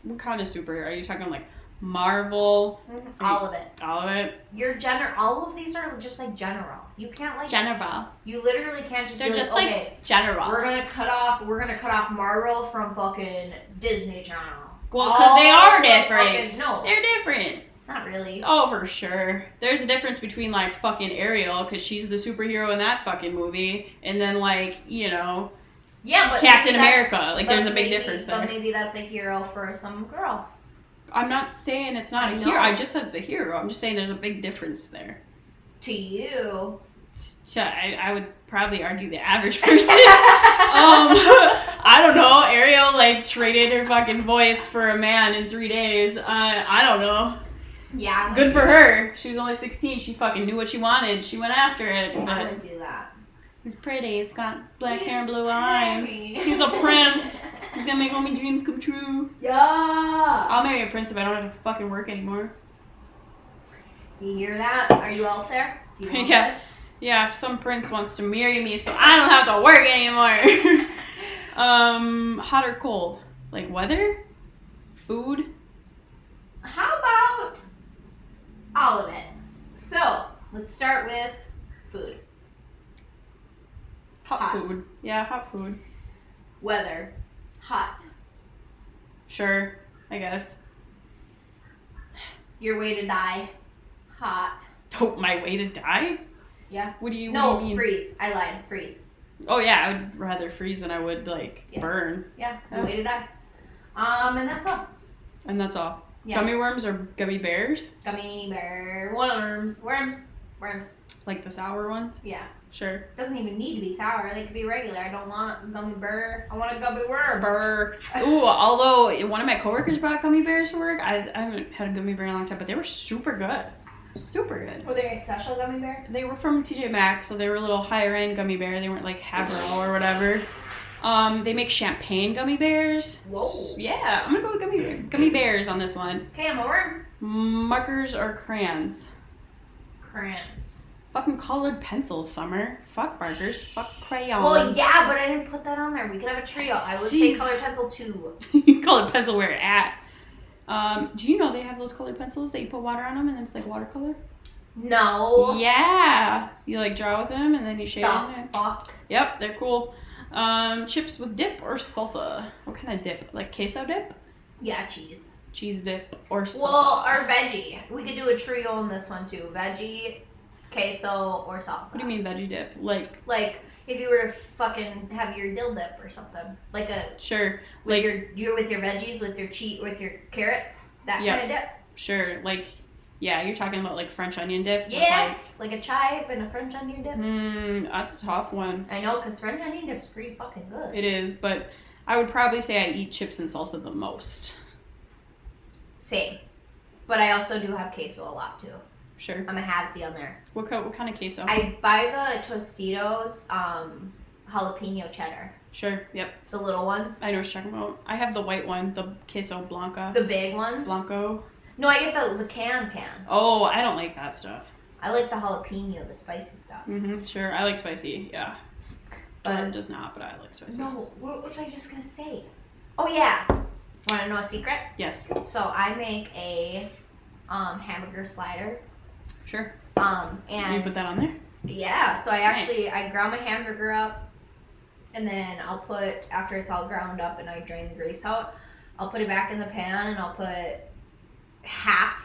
Speaker 2: What kind of superhero? Are you talking like Marvel?
Speaker 1: Mhm, all of it.
Speaker 2: All of it.
Speaker 1: Your general, all of these are just like general. You can't like
Speaker 2: General.
Speaker 1: you literally can't just
Speaker 2: They're
Speaker 1: be
Speaker 2: just
Speaker 1: like,
Speaker 2: like
Speaker 1: okay,
Speaker 2: general.
Speaker 1: we're gonna cut off, we're gonna cut off Marvel from fucking Disney Channel.
Speaker 2: well, because they
Speaker 1: All
Speaker 2: are
Speaker 1: the
Speaker 2: different.
Speaker 1: fucking- no,
Speaker 2: They're different.
Speaker 1: not really.
Speaker 2: Oh, for sure. There's a difference between like fucking Ariel because she's the superhero in that fucking movie, and then like you know
Speaker 1: Yeah, but
Speaker 2: Captain
Speaker 1: maybe that's-
Speaker 2: America. Like there's a
Speaker 1: But
Speaker 2: big
Speaker 1: maybe-
Speaker 2: difference
Speaker 1: But
Speaker 2: there.
Speaker 1: maybe that's a hero for some girl.
Speaker 2: I'm not saying it's not
Speaker 1: I
Speaker 2: a
Speaker 1: know.
Speaker 2: hero. I just said it's a hero. I'm just saying there's a big difference there.
Speaker 1: To you.
Speaker 2: S- to- I, I would probably argue the average person. um, I don't know. Ariel like traded her fucking voice for a man in three days. Uh, I don't know.
Speaker 1: yeah. I
Speaker 2: Good
Speaker 1: wouldn't
Speaker 2: for
Speaker 1: do
Speaker 2: her. She was only 16. She fucking knew what she wanted. She went after it.
Speaker 1: that. I
Speaker 2: But
Speaker 1: would do that.
Speaker 2: he's pretty. He's got black
Speaker 1: He's
Speaker 2: hair and blue eyes. He's a prince. He's gonna make all my dreams come true.
Speaker 1: yeah.
Speaker 2: I'll marry a prince if I don't have to fucking work anymore.
Speaker 1: You hear that? Are you out there? Do you want
Speaker 2: Yeah.
Speaker 1: this?
Speaker 2: Yeah, if some prince wants to marry me, so I don't have to work anymore. um, hot or cold? Like weather, food.
Speaker 1: How about all of it? So let's start with food,
Speaker 2: Hot,
Speaker 1: Hot.
Speaker 2: food. Yeah, hot food.
Speaker 1: weather, hot.
Speaker 2: Sure, I guess.
Speaker 1: Your way to die, hot.
Speaker 2: Oh, my way to die.
Speaker 1: Yeah.
Speaker 2: What do you? what do
Speaker 1: No,
Speaker 2: you mean?
Speaker 1: freeze. I lied. Freeze.
Speaker 2: Oh yeah, I would rather freeze than I would like
Speaker 1: Yes.
Speaker 2: burn,
Speaker 1: Yeah,
Speaker 2: Yeah.
Speaker 1: no way to die. Um, and that's all.
Speaker 2: and that's all.
Speaker 1: Yeah.
Speaker 2: Gummy worms or gummy bears,
Speaker 1: Gummy bear worms, worms, worms.
Speaker 2: like the sour ones.
Speaker 1: Yeah,
Speaker 2: Sure.
Speaker 1: doesn't even need to be sour. They could be regular. I don't want gummy bear. I want a gummy worm.
Speaker 2: Burr. Ooh, although one of my coworkers brought gummy bears to work, I, I haven't had a gummy bear in a long time, but they were super good. Super good.
Speaker 1: Were they a special gummy bear?
Speaker 2: They were from TJ Maxx, so they were a little higher end gummy bear. They weren't like Haverall or whatever. Um, they make champagne gummy bears.
Speaker 1: Whoa.
Speaker 2: Yeah, I'm gonna go with gummy gummy bears on this one.
Speaker 1: Okay, I'm a worm.
Speaker 2: Markers or crayons?
Speaker 1: Crayons.
Speaker 2: Fucking colored pencils, Summer. Fuck markers. Fuck crayons.
Speaker 1: Well, yeah, but I didn't put that on there. We could have a trio. I would
Speaker 2: See.
Speaker 1: say colored pencil too.
Speaker 2: you call it pencil where it at. Um, do you know they have those colored pencils that you put water on them and then it's like watercolor?
Speaker 1: No.
Speaker 2: Yeah. You like draw with them and then you shade them.
Speaker 1: The fuck.
Speaker 2: Yep, they're cool. Um, chips with dip or salsa? What kind of dip? Like queso dip,
Speaker 1: Yeah, cheese.
Speaker 2: cheese dip, or salsa?
Speaker 1: Well, or veggie. We could do a trio on this one too. Veggie, queso, or salsa.
Speaker 2: what do you mean veggie dip? Like
Speaker 1: Like if you were to fucking have your dill dip or something, like a
Speaker 2: sure,
Speaker 1: with
Speaker 2: like
Speaker 1: your you're with your veggies, with your cheat, with your carrots, that
Speaker 2: Yeah.
Speaker 1: kind of dip.
Speaker 2: sure, like yeah. You're talking about like French onion dip. with,
Speaker 1: Yes, like a chive and a French onion dip.
Speaker 2: like- Hmm, that's a tough one.
Speaker 1: I know, cause French onion dip's pretty fucking good.
Speaker 2: It is, but I would probably say I eat chips and salsa the most.
Speaker 1: Same, but I also do have queso a lot too.
Speaker 2: Sure.
Speaker 1: I'm a havesy on there.
Speaker 2: What co- what kind of queso?
Speaker 1: I buy the Tostitos um, jalapeno cheddar,
Speaker 2: sure. Yep.
Speaker 1: the little ones,
Speaker 2: I know what you're talking about. I have the white one, the queso blanca.
Speaker 1: the big ones.
Speaker 2: Blanco.
Speaker 1: No, I get the the can can.
Speaker 2: Oh, I don't like that stuff.
Speaker 1: I like the jalapeno, the spicy stuff.
Speaker 2: hmm Sure, I like spicy. Yeah, Jordan
Speaker 1: But
Speaker 2: does not, but I like spicy.
Speaker 1: no, what was I just gonna say? Oh yeah, want to know a secret?
Speaker 2: Yes,
Speaker 1: So I make a um, hamburger slider.
Speaker 2: sure.
Speaker 1: Um,
Speaker 2: you put
Speaker 1: and
Speaker 2: that on there.
Speaker 1: yeah, so I
Speaker 2: Nice.
Speaker 1: actually I ground my hamburger up, and then I'll put after it's all ground up and I drain the grease out, I'll put it back in the pan and I'll put half.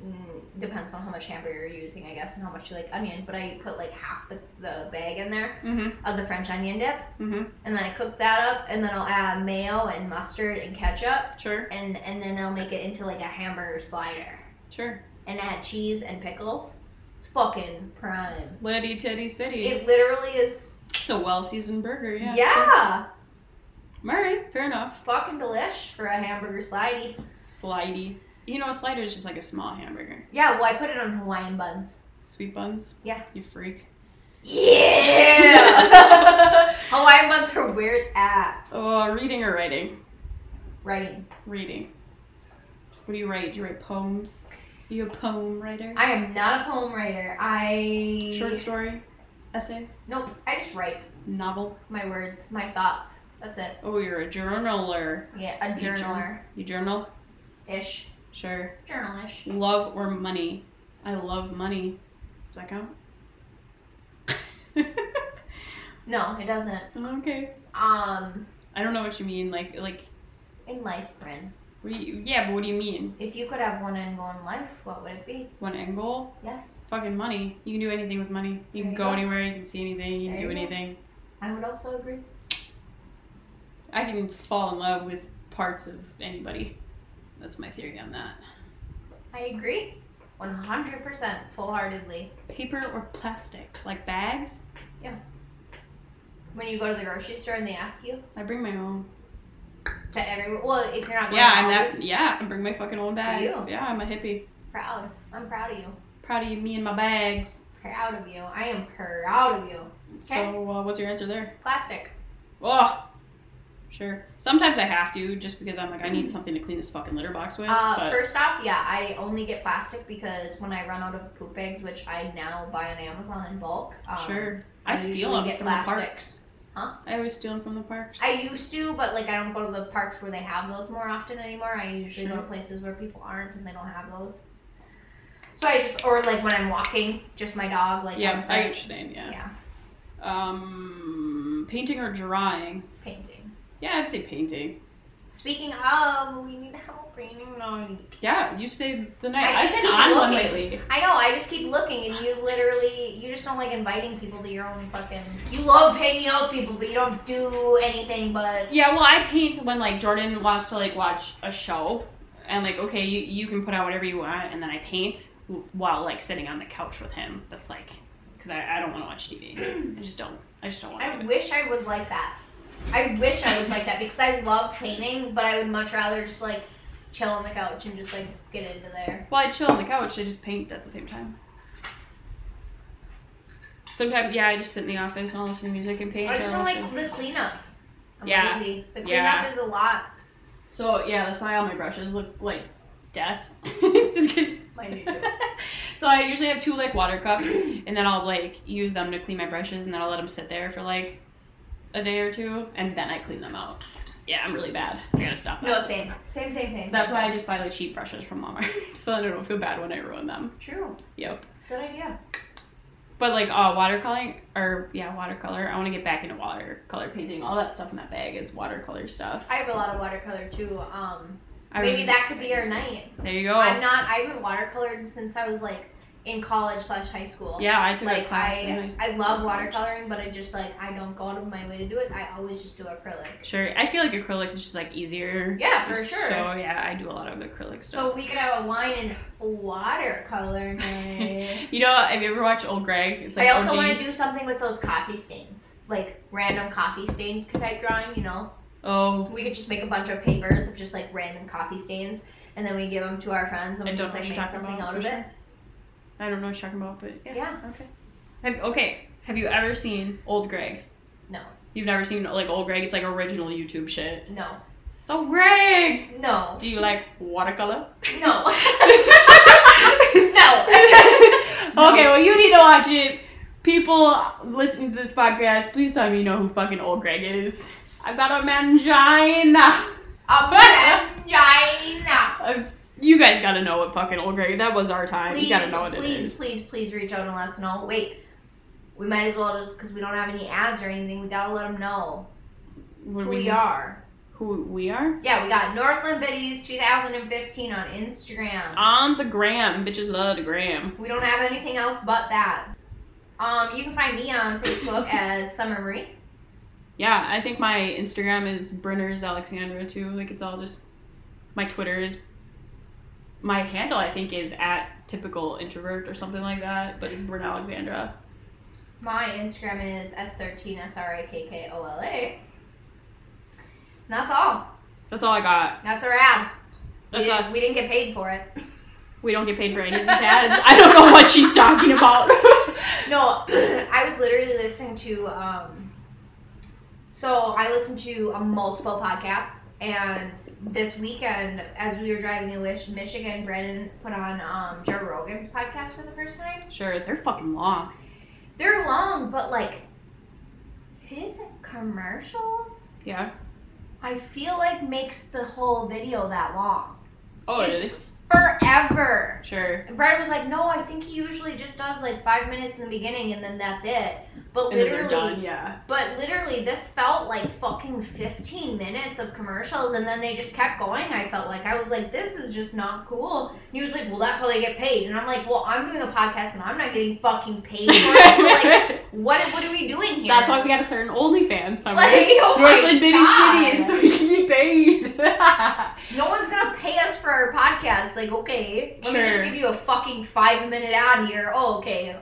Speaker 1: mm, Depends on how much hamburger you're using, I guess, and how much you like onion. But I put like half the, the bag in there
Speaker 2: Mm-hmm.
Speaker 1: of the French onion dip,
Speaker 2: Mm-hmm.
Speaker 1: and then I cook that up, and then I'll add mayo and mustard and ketchup,
Speaker 2: Sure.
Speaker 1: and and then I'll make it into like a hamburger slider,
Speaker 2: Sure.
Speaker 1: and add cheese and pickles. It's fucking prime.
Speaker 2: Letty Teddy City.
Speaker 1: It literally is.
Speaker 2: it's a well-seasoned burger. Yeah.
Speaker 1: Yeah,
Speaker 2: sure. All right. Fair enough.
Speaker 1: fucking delish for a hamburger slidey.
Speaker 2: Slidey. You know, a slider is just like a small hamburger.
Speaker 1: Yeah, well, I put it on Hawaiian buns.
Speaker 2: Sweet buns.
Speaker 1: Yeah.
Speaker 2: You freak.
Speaker 1: Yeah, Hawaiian buns are where it's at.
Speaker 2: Oh, reading or writing?
Speaker 1: Writing.
Speaker 2: Reading. What do you write? Do you write poems? Are you a poem writer?
Speaker 1: I am not a poem writer. I
Speaker 2: Short story, essay,
Speaker 1: Nope. I just write
Speaker 2: novel.
Speaker 1: my words, my thoughts. That's it.
Speaker 2: Oh, you're a journaler.
Speaker 1: Yeah, a
Speaker 2: You jour-
Speaker 1: journaler
Speaker 2: You journal?
Speaker 1: ish.
Speaker 2: Sure.
Speaker 1: Journalish.
Speaker 2: Love or money? I love money. Does that count?
Speaker 1: No, it doesn't.
Speaker 2: okay.
Speaker 1: Um,
Speaker 2: I don't know what you mean. Like, like,
Speaker 1: in life, Bryn,
Speaker 2: what do you- yeah, but what do you mean?
Speaker 1: if you could have one end goal in life, what would it be?
Speaker 2: One end goal?
Speaker 1: Yes,
Speaker 2: Fucking money. You can do anything with money. You
Speaker 1: There
Speaker 2: can
Speaker 1: you
Speaker 2: go,
Speaker 1: go.
Speaker 2: anywhere. You can see anything. You can
Speaker 1: There
Speaker 2: do
Speaker 1: you go.
Speaker 2: anything.
Speaker 1: I would also agree.
Speaker 2: I can fall in love with parts of anybody. That's my theory on that.
Speaker 1: I agree, one hundred percent, full heartedly.
Speaker 2: Paper or plastic? Like bags?
Speaker 1: When you go to the grocery store and they ask you
Speaker 2: I bring my own.
Speaker 1: to everyone, well, if you're not, going
Speaker 2: Yeah,
Speaker 1: to
Speaker 2: I'm
Speaker 1: Aldi's,
Speaker 2: that. Yeah, I bring my fucking own bags.
Speaker 1: you.
Speaker 2: Yeah, I'm a hippie.
Speaker 1: proud. I'm proud of you.
Speaker 2: Proud of you, me and my bags.
Speaker 1: Proud of you. I am proud of you.
Speaker 2: So, uh, what's your answer there?
Speaker 1: Plastic.
Speaker 2: Oh, sure. Sometimes I have to just because I'm like, I need something to clean this fucking litter box with.
Speaker 1: Uh,
Speaker 2: but
Speaker 1: first off, yeah, I only get plastic because when I run out of poop bags, which I now buy on Amazon in bulk. Um,
Speaker 2: sure, I,
Speaker 1: I
Speaker 2: steal
Speaker 1: usually
Speaker 2: them
Speaker 1: get
Speaker 2: from the
Speaker 1: plastic.
Speaker 2: parks.
Speaker 1: Huh?
Speaker 2: I always steal them from the parks.
Speaker 1: I used to, but like I don't go to the parks where they have those more often anymore. I usually
Speaker 2: Sure.
Speaker 1: go to places where people aren't and they don't have those. So I just, or like when I'm walking, just my dog, like
Speaker 2: yeah, I
Speaker 1: on
Speaker 2: get what you're
Speaker 1: site,
Speaker 2: saying. Yeah.
Speaker 1: Yeah.
Speaker 2: Um, painting or drawing?
Speaker 1: painting.
Speaker 2: Yeah, I'd say painting.
Speaker 1: Speaking of, we need help raining on.
Speaker 2: Yeah, you stayed the night.
Speaker 1: I
Speaker 2: I've
Speaker 1: just
Speaker 2: been
Speaker 1: keep
Speaker 2: on one
Speaker 1: looking.
Speaker 2: lately.
Speaker 1: I know. I just keep looking, and you literally, you just don't like inviting people to your own fucking. You love hanging out with people, but you don't do anything but.
Speaker 2: Yeah, well, I paint when like Jordan wants to like watch a show, and like okay, you you can put out whatever you want, and then I paint while like sitting on the couch with him. That's like because I, I don't want to watch TV. I just don't. I just don't want
Speaker 1: I
Speaker 2: to.
Speaker 1: wish I was like that. I wish I was like that because I love painting, but I would much rather just like chill on the couch and just like get into there.
Speaker 2: Well, I chill on the couch. I just paint at the same time. Sometimes, yeah, I just sit in the office and I'll listen to music and paint.
Speaker 1: I
Speaker 2: or
Speaker 1: just don't like
Speaker 2: listen-
Speaker 1: the cleanup. I'm
Speaker 2: Yeah.
Speaker 1: lazy. The cleanup
Speaker 2: Yeah.
Speaker 1: is a lot.
Speaker 2: So yeah, that's why all my brushes look like death. Just 'cause-
Speaker 1: Mine do too.
Speaker 2: so I usually have two like water cups, and then I'll like use them to clean my brushes, and then I'll let them sit there for like a day or two, and then I clean them out. Yeah, I'm really bad. I gotta stop that.
Speaker 1: No, same, same, same, same.
Speaker 2: that's why I just buy like cheap brushes from Walmart, so I don't feel bad when I ruin them.
Speaker 1: True.
Speaker 2: Yep.
Speaker 1: Good idea.
Speaker 2: But like uh, watercoloring, or yeah, watercolor. I want to get back into watercolor painting. All that stuff in that bag is watercolor stuff.
Speaker 1: I have a lot of watercolor too. Um,
Speaker 2: I
Speaker 1: maybe
Speaker 2: really-
Speaker 1: that could be our night.
Speaker 2: There you go.
Speaker 1: I'm not. I haven't watercolored since I was like in college slash high school.
Speaker 2: yeah, I took a
Speaker 1: Like
Speaker 2: class. in high
Speaker 1: I,
Speaker 2: school.
Speaker 1: I love
Speaker 2: college.
Speaker 1: watercoloring, but I just like I don't go out of my way to do it. I always just do acrylic.
Speaker 2: Sure. I feel like acrylics is just like easier.
Speaker 1: Yeah, for sure.
Speaker 2: So yeah, I do a lot of acrylic stuff.
Speaker 1: So we could have a wine and watercolor night.
Speaker 2: you know, have you ever watched Old Greg? It's
Speaker 1: I also
Speaker 2: OG.
Speaker 1: want to do something with those coffee stains, like random coffee stain type drawing. You know,
Speaker 2: Oh,
Speaker 1: we could just make a bunch of papers of just like random coffee stains, and then we give them to our friends, and
Speaker 2: I
Speaker 1: we
Speaker 2: don't
Speaker 1: just
Speaker 2: know
Speaker 1: like make
Speaker 2: what you're talking
Speaker 1: something
Speaker 2: about,
Speaker 1: out of
Speaker 2: for
Speaker 1: it.
Speaker 2: I don't know what you're talking about, but yeah.
Speaker 1: Yeah.
Speaker 2: Okay. Have, okay. Have you ever seen Old Greg?
Speaker 1: No.
Speaker 2: You've never seen like Old Greg? It's like original YouTube shit.
Speaker 1: No,
Speaker 2: It's Old Greg.
Speaker 1: no,
Speaker 2: Do you like watercolor?
Speaker 1: no,
Speaker 2: okay.
Speaker 1: no.
Speaker 2: Well, you need to watch it. People listening to this podcast, please tell me you know who fucking Old Greg is. I've got a mangina.
Speaker 1: A vagina.
Speaker 2: Uh, you guys gotta know what fucking old Greg. That was our time.
Speaker 1: Please,
Speaker 2: you gotta know what it
Speaker 1: please,
Speaker 2: is.
Speaker 1: please, please reach out and let us know. Wait, we might as well just because we don't have any ads or anything. We gotta let them know who
Speaker 2: What do we-
Speaker 1: we are.
Speaker 2: Who we are?
Speaker 1: Yeah, we got Northland Biddies 2015 on Instagram.
Speaker 2: On the gram, bitches love the gram.
Speaker 1: We don't have anything else but that. Um, you can find me on Facebook as Summer Marie.
Speaker 2: Yeah, I think my Instagram is Brenner's Alexandra too. Like it's all just my Twitter is my handle. I think is at typical introvert or something like that. But it's Brenner Alexandra.
Speaker 1: My Instagram is S13SRAKKOLA. And that's all.
Speaker 2: That's all I got.
Speaker 1: That's our ad. We
Speaker 2: That's
Speaker 1: didn't,
Speaker 2: us.
Speaker 1: we didn't get paid for it.
Speaker 2: We don't get paid for any of these ads. I don't know what she's talking about.
Speaker 1: No, I was literally listening to. Um, so I listened to uh, multiple podcasts, and this weekend, as we were driving to Wish- Michigan, Brennan put on um, Joe Rogan's podcast for the first time.
Speaker 2: sure, they're fucking long.
Speaker 1: They're long, but like his commercials,
Speaker 2: Yeah.
Speaker 1: I feel like makes the whole video that long.
Speaker 2: Oh,
Speaker 1: it's
Speaker 2: really?
Speaker 1: forever.
Speaker 2: Sure.
Speaker 1: And Brad was like, "No, I think he usually just does like five minutes in the beginning, and then that's it." But
Speaker 2: And then they're
Speaker 1: literally,
Speaker 2: done. Yeah.
Speaker 1: But literally, this felt like fucking 15 minutes of commercials, and then they just kept going. I felt like I was like, this is just not cool. And he was like, well, that's how they get paid. And I'm like, well, I'm doing a podcast and I'm not getting fucking paid for it. So, like, what, what are we doing here?
Speaker 2: That's why we got to start an OnlyFans somewhere.
Speaker 1: Like, oh my
Speaker 2: Brooklyn Bitty
Speaker 1: God.
Speaker 2: City, so we can get paid.
Speaker 1: No one's gonna pay us for our podcast. Like, okay, let me just
Speaker 2: Sure.
Speaker 1: give you a fucking five minute ad here. Oh, okay.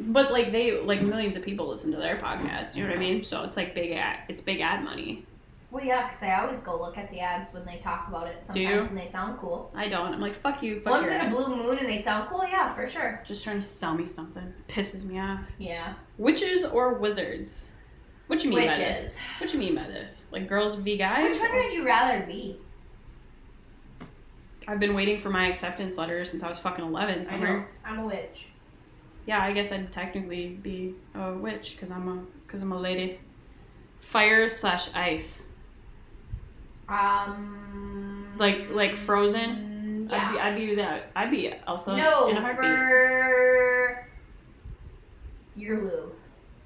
Speaker 2: but like they, like millions of people listen to their podcast. You know what I mean? So it's like big ad. It's big ad money.
Speaker 1: Well, yeah, because I always go look at the ads when they talk about it
Speaker 2: Do you?
Speaker 1: sometimes, and they sound cool.
Speaker 2: I don't. I'm like fuck you. Fuck
Speaker 1: Once
Speaker 2: your
Speaker 1: in a
Speaker 2: ad.
Speaker 1: blue moon and they sound cool, yeah, for sure.
Speaker 2: Just trying to sell me something pisses me off.
Speaker 1: Yeah.
Speaker 2: Witches or wizards? What you mean by this?
Speaker 1: Witches.
Speaker 2: What you mean by this? Like girls v guys?
Speaker 1: Which one would you rather be?
Speaker 2: I've been waiting for my acceptance letter since I was fucking eleven. So I'm like,
Speaker 1: I'm a witch.
Speaker 2: yeah, I guess I'd technically be a witch because I'm a because I'm a lady. Fire slash ice,
Speaker 1: Um.
Speaker 2: like like Frozen.
Speaker 1: mm,
Speaker 2: I'd, be,
Speaker 1: Yeah.
Speaker 2: I'd be that. I'd be Elsa
Speaker 1: no,
Speaker 2: in a heartbeat.
Speaker 1: for your lube.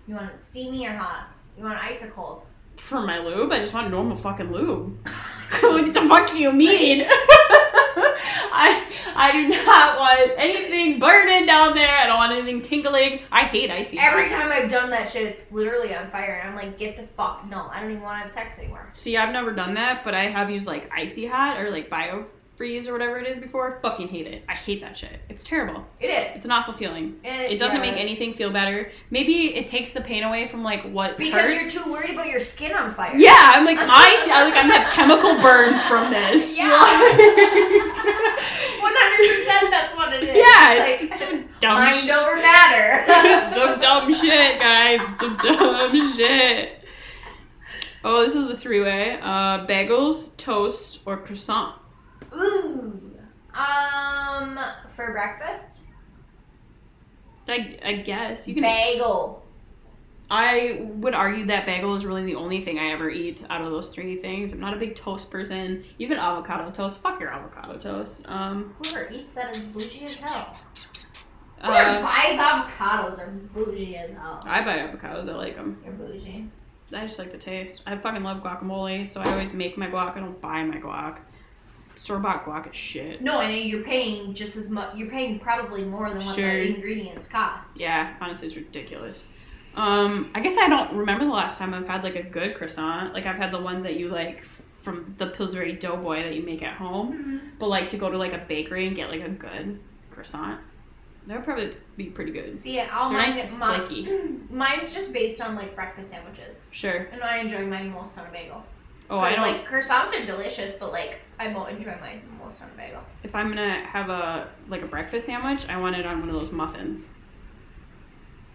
Speaker 1: You want it steamy or hot? You want it ice or cold?
Speaker 2: for my lube. I just want normal fucking lube. what the fuck do you mean? I I do not want anything burning down there. I don't want anything tingling. I hate icy.
Speaker 1: Every
Speaker 2: baths.
Speaker 1: time I've done that shit, it's literally on fire, and I'm like, get the fuck. No, I don't even want to have sex anymore.
Speaker 2: See, I've never done that, but I have used like icy hot or like biofreeze or whatever it is before. Fucking hate it. I hate that shit. It's terrible.
Speaker 1: It
Speaker 2: It's
Speaker 1: is.
Speaker 2: an awful feeling.
Speaker 1: And-
Speaker 2: It doesn't
Speaker 1: yeah.
Speaker 2: make anything feel better. Maybe it takes the pain away from like what
Speaker 1: Because
Speaker 2: hurts.
Speaker 1: you're too worried about your skin on fire.
Speaker 2: Yeah, I'm like my I like I'm have chemical burns from this.
Speaker 1: Yeah.
Speaker 2: Like-
Speaker 1: 100% that's what it is.
Speaker 2: yeah, it's
Speaker 1: It's like,
Speaker 2: dumb
Speaker 1: mind
Speaker 2: shit.
Speaker 1: over matter.
Speaker 2: some dumb shit, guys. It's Some dumb shit. Oh, this is a three-way: uh, bagels, toast, or croissant.
Speaker 1: Ooh. Um, for breakfast?
Speaker 2: I, I guess you can.
Speaker 1: Bagel.
Speaker 2: I would argue that bagel is really the only thing I ever eat out of those three things. I'm not a big toast person. Even avocado toast. Fuck your avocado toast. Um,
Speaker 1: Whoever eats that is bougie as hell. Whoever
Speaker 2: uh,
Speaker 1: buys avocados are bougie as hell.
Speaker 2: I buy avocados. I like them.
Speaker 1: You're bougie.
Speaker 2: I just like the taste. I fucking love guacamole, so I always make my guac. I don't buy my guac. Store bought guac is shit.
Speaker 1: No, and you're paying just as much. You're paying probably more than what
Speaker 2: Sure.
Speaker 1: the ingredients cost.
Speaker 2: Yeah, honestly, it's ridiculous. Um, I guess I don't remember the last time I've had like a good croissant. Like I've had the ones that you like f- from the Pillsbury Doughboy that you make at home,
Speaker 1: Mm-hmm.
Speaker 2: but like to go to like a bakery and get like a good croissant, that would probably be pretty good.
Speaker 1: See, all
Speaker 2: They're
Speaker 1: mine,
Speaker 2: nice and
Speaker 1: my-
Speaker 2: flaky.
Speaker 1: mine's just based on like breakfast sandwiches,
Speaker 2: Sure.
Speaker 1: and I enjoy mine most on a bagel.
Speaker 2: Oh, I
Speaker 1: 'Cause,
Speaker 2: don't.
Speaker 1: like croissants are delicious, but like I won't enjoy mine most on a bagel.
Speaker 2: if I'm gonna have a like a breakfast sandwich, I want it on one of those muffins,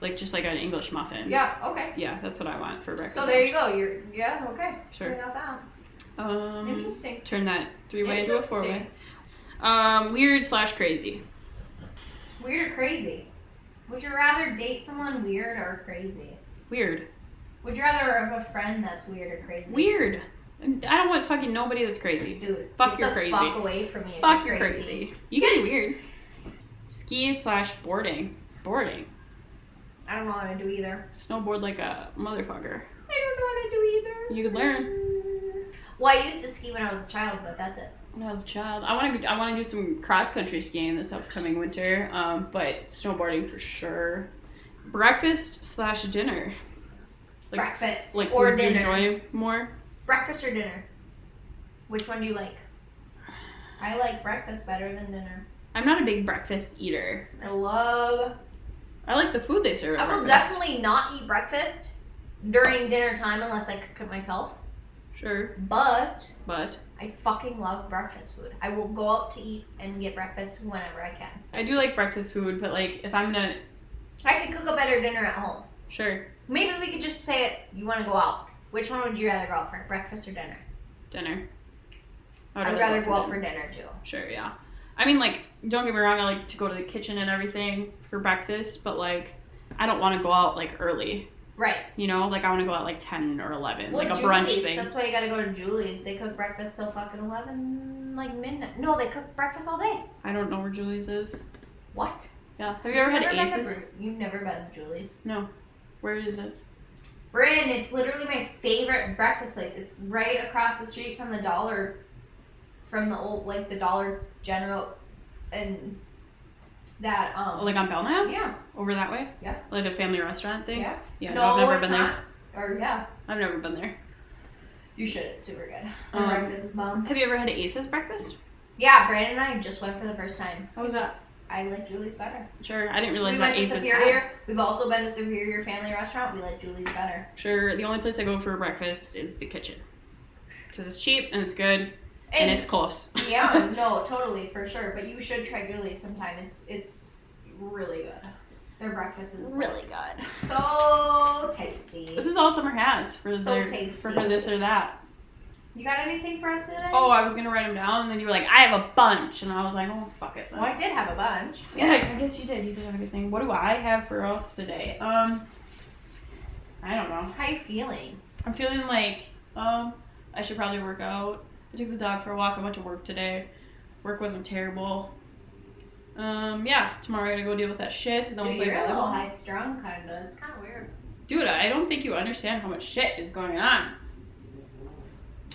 Speaker 2: like just like an English muffin.
Speaker 1: Yeah. Okay.
Speaker 2: Yeah, that's what I want for breakfast.
Speaker 1: So there you go. You're yeah. Okay.
Speaker 2: Sure.
Speaker 1: So we got that.
Speaker 2: go. Um,
Speaker 1: Interesting.
Speaker 2: Turn that three way into a four way.
Speaker 1: Interesting.
Speaker 2: Um, weird slash crazy.
Speaker 1: Weird or crazy? Would you rather date someone weird or crazy?
Speaker 2: Weird.
Speaker 1: Would you rather have a friend that's weird or crazy?
Speaker 2: Weird. I don't want fucking nobody that's crazy.
Speaker 1: Dude,
Speaker 2: Fuck
Speaker 1: get
Speaker 2: you're
Speaker 1: the
Speaker 2: crazy.
Speaker 1: Fuck away from me. if
Speaker 2: Fuck,
Speaker 1: you're
Speaker 2: you're crazy. You can be weird. Ski slash boarding. Boarding.
Speaker 1: I don't know how to do either.
Speaker 2: Snowboard like a motherfucker.
Speaker 1: I don't know how to do
Speaker 2: You could learn.
Speaker 1: Well, I used to ski when I was a child, but that's it.
Speaker 2: When I was a child, I want to. I want to do some cross country skiing this upcoming winter. Um, but snowboarding for sure. Breakfast slash dinner. Like-
Speaker 1: Breakfast
Speaker 2: Like
Speaker 1: or
Speaker 2: food you
Speaker 1: dinner.
Speaker 2: enjoy more.
Speaker 1: Breakfast or dinner? Which one do you like? I like breakfast better than dinner.
Speaker 2: I'm not a big breakfast eater.
Speaker 1: I love.
Speaker 2: I like the food they serve. at
Speaker 1: I will
Speaker 2: breakfast.
Speaker 1: definitely not eat breakfast during dinner time unless I cook it myself.
Speaker 2: Sure,
Speaker 1: But
Speaker 2: but
Speaker 1: I fucking love breakfast food. I will go out to eat and get breakfast whenever I can.
Speaker 2: I do like breakfast food. But like, if I'm gonna,
Speaker 1: I could cook a better dinner at home.
Speaker 2: sure,
Speaker 1: Maybe we could just say it. You want to go out? Which one would you rather go out for? Breakfast or dinner?
Speaker 2: dinner. I would
Speaker 1: I'd rather go out
Speaker 2: dinner.
Speaker 1: for dinner too.
Speaker 2: Sure, yeah. I mean, like, don't get me wrong. I like to go to the kitchen and everything for breakfast, but like, I don't want to go out like early.
Speaker 1: Right.
Speaker 2: You know, like I want to go out like ten or eleven,
Speaker 1: Well,
Speaker 2: like a
Speaker 1: Julie's,
Speaker 2: brunch thing.
Speaker 1: That's why you gotta go to Julie's. They cook breakfast till fucking eleven, like midnight. No, they cook breakfast all day.
Speaker 2: I don't know where Julie's is.
Speaker 1: What?
Speaker 2: Yeah. Have you ever had
Speaker 1: Never been to
Speaker 2: Aces?
Speaker 1: Br- You've never been to Julie's.
Speaker 2: Where is it?
Speaker 1: Bryn, it's literally my favorite breakfast place. It's right across the street from the Dollar, from the old like the Dollar General, and that um.
Speaker 2: Like on Belknap?
Speaker 1: yeah.
Speaker 2: Over that way?
Speaker 1: Yeah.
Speaker 2: Like a family restaurant thing?
Speaker 1: Yeah.
Speaker 2: Yeah.
Speaker 1: no,
Speaker 2: No, I've never
Speaker 1: it's
Speaker 2: been
Speaker 1: not. Or yeah,
Speaker 2: there. I've never been there.
Speaker 1: you should. It's super good. The
Speaker 2: Um,
Speaker 1: breakfast is bomb.
Speaker 2: have you ever had Aces breakfast?
Speaker 1: Yeah, Brandon and I just went for the first time.
Speaker 2: How was that?
Speaker 1: It's- I like Julie's better.
Speaker 2: Sure. I didn't
Speaker 1: We
Speaker 2: realize
Speaker 1: went
Speaker 2: that
Speaker 1: to
Speaker 2: Aces had-
Speaker 1: Superior. We've also been to Superior Family Restaurant. We like Julie's better.
Speaker 2: Sure. The only place I go for breakfast is the kitchen. Because it's cheap and it's good and, it's close.
Speaker 1: yeah, no, totally for sure. But you should try Julie's sometime. It's it's really good. Their breakfast is
Speaker 2: really good.
Speaker 1: so tasty.
Speaker 2: This is all summer has for
Speaker 1: So
Speaker 2: their,
Speaker 1: tasty.
Speaker 2: for this or that.
Speaker 1: You got anything for us today?
Speaker 2: Oh, I was gonna write them down, and then you were like, "I have a bunch," and I was like, "Oh, fuck it." Then.
Speaker 1: Well, I did have a bunch.
Speaker 2: Yeah, I guess you did. You did have everything. What do I have for us today? Um, I don't know.
Speaker 1: How you feeling?
Speaker 2: I'm feeling like um I should probably work out. I took the dog for a walk. I went to work today. Work wasn't terrible. Um, yeah, tomorrow I gotta go deal with that shit. And then we
Speaker 1: Dude,
Speaker 2: play
Speaker 1: you're a little
Speaker 2: volleyball.
Speaker 1: high strung, kinda. It's kind of weird.
Speaker 2: Dude, I don't think you understand how much shit is going on.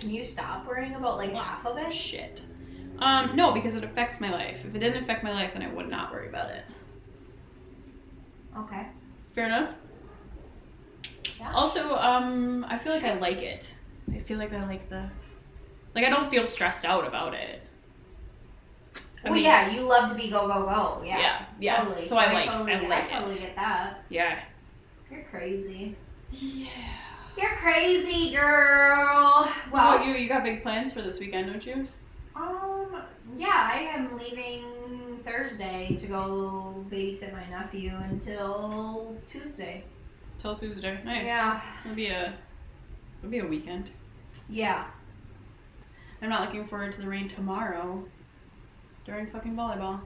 Speaker 1: You stop worrying about like half of it.
Speaker 2: Shit. Um, no, because it affects my life. If it didn't affect my life, then I would not worry about it.
Speaker 1: Okay.
Speaker 2: Fair enough.
Speaker 1: Yeah.
Speaker 2: Also, um, I feel like I like it. I feel like I like the, like I don't feel stressed out about it. I
Speaker 1: well,
Speaker 2: mean,
Speaker 1: yeah, you love to be go go go. Yeah.
Speaker 2: yeah, yes.
Speaker 1: Totally.
Speaker 2: So I like,
Speaker 1: totally
Speaker 2: I
Speaker 1: get,
Speaker 2: like
Speaker 1: I totally
Speaker 2: it.
Speaker 1: get that.
Speaker 2: Yeah.
Speaker 1: You're crazy.
Speaker 2: Yeah.
Speaker 1: You're crazy, girl.
Speaker 2: Well,
Speaker 1: Well,
Speaker 2: you? You got big plans for this weekend, don't you?
Speaker 1: Um, yeah, I am leaving Thursday to go babysit my nephew until Tuesday.
Speaker 2: Till Tuesday. Nice.
Speaker 1: Yeah.
Speaker 2: It'll be a, it'll be a weekend.
Speaker 1: Yeah.
Speaker 2: I'm not looking forward to the rain tomorrow. During fucking volleyball.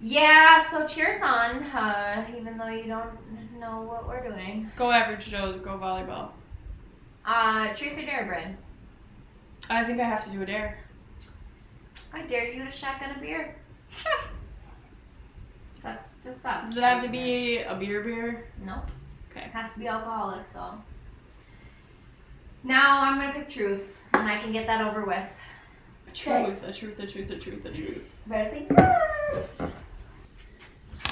Speaker 1: Yeah, so cheers on, uh, even though you don't know what we're doing.
Speaker 2: Go average Joe. Go volleyball.
Speaker 1: Uh, truth or dare, Bryn?
Speaker 2: I think I have to do a dare.
Speaker 1: I dare you to shotgun a beer. Sucks to suck.
Speaker 2: Does it have to
Speaker 1: doesn't
Speaker 2: be a beer beer?
Speaker 1: Nope.
Speaker 2: Okay.
Speaker 1: It has to be alcoholic, though. Now I'm gonna pick truth, and I can get that over with.
Speaker 2: A truth, a truth, a truth, a truth, a truth.
Speaker 1: Better think fast.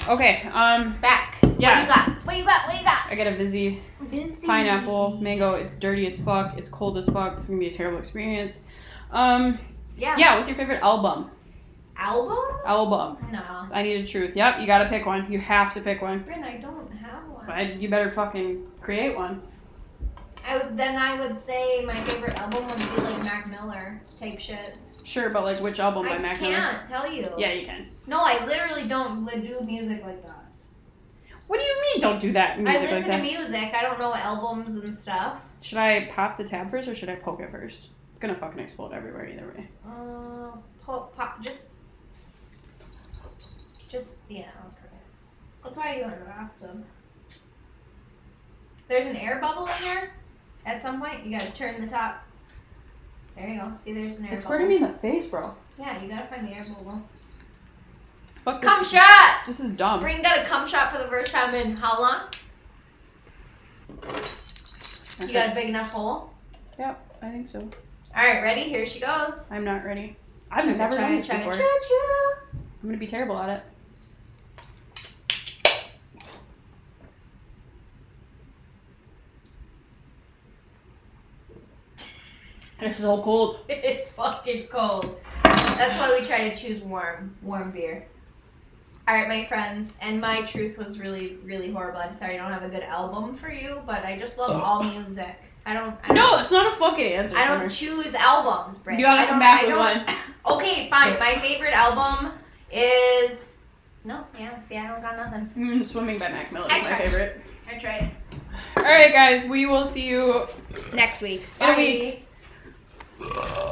Speaker 2: Okay, um,
Speaker 1: Back.
Speaker 2: yeah.
Speaker 1: What do you got? What do you got?
Speaker 2: I got a busy
Speaker 1: What do you got?
Speaker 2: pineapple, mango. It's dirty as fuck. It's cold as fuck. It's gonna be a terrible experience. Um,
Speaker 1: Yeah.
Speaker 2: yeah, what's your favorite album?
Speaker 1: Album?
Speaker 2: Album.
Speaker 1: No.
Speaker 2: I need a truth. Yep, you gotta pick one. You have to pick one.
Speaker 1: Bryn, I don't have one.
Speaker 2: But you better fucking create one.
Speaker 1: I would, then I would say my favorite album would be like Mac Miller type shit.
Speaker 2: Sure, but like which album Oh, by
Speaker 1: I
Speaker 2: Mac Miller?
Speaker 1: can't tell you.
Speaker 2: Yeah, you can.
Speaker 1: No, I literally don't li- do music like that.
Speaker 2: What do you mean don't do that music
Speaker 1: I
Speaker 2: like
Speaker 1: listen
Speaker 2: that?
Speaker 1: to music. I don't know albums and stuff.
Speaker 2: Should I pop the tab first or should I poke it first? It's gonna fucking explode everywhere either way.
Speaker 1: Uh, pop, pop, just, just yeah. Okay. That's why you go in the bathroom. There's an air bubble in there. At some point, you gotta turn the top. There you go. See, there's an air
Speaker 2: It's
Speaker 1: bubble.
Speaker 2: hurting me in the face, bro.
Speaker 1: Yeah, you gotta find the air bubble.
Speaker 2: Fuck this.
Speaker 1: Cum shot.
Speaker 2: This is dumb.
Speaker 1: Bring got a cum shot for the first time in how long? You got a big enough hole.
Speaker 2: Yep, I think so.
Speaker 1: All right, ready? Here she goes.
Speaker 2: I'm not ready. I've
Speaker 1: Chugga,
Speaker 2: never done
Speaker 1: chugga,
Speaker 2: this
Speaker 1: chugga,
Speaker 2: before.
Speaker 1: choo-choo.
Speaker 2: I'm gonna be terrible at it. This is all cold.
Speaker 1: It's fucking cold. That's why we try to choose warm, warm beer. All right, my friends, and my truth was really, really horrible. I'm sorry I don't have a good album for you, but I just love all music. I don't. I don't
Speaker 2: No, it's not a fucking answer.
Speaker 1: I don't choose albums, Britt.
Speaker 2: You gotta
Speaker 1: I don't-
Speaker 2: come back
Speaker 1: I
Speaker 2: with
Speaker 1: don't- Okay, fine. My favorite album is. No, yeah. See, I don't got nothing.
Speaker 2: Mm, Swimming by Mac Miller is
Speaker 1: I
Speaker 2: my
Speaker 1: tried.
Speaker 2: favorite.
Speaker 1: I tried
Speaker 2: All right, guys, we will see you
Speaker 1: next week.
Speaker 2: In a
Speaker 1: Bye.
Speaker 2: week.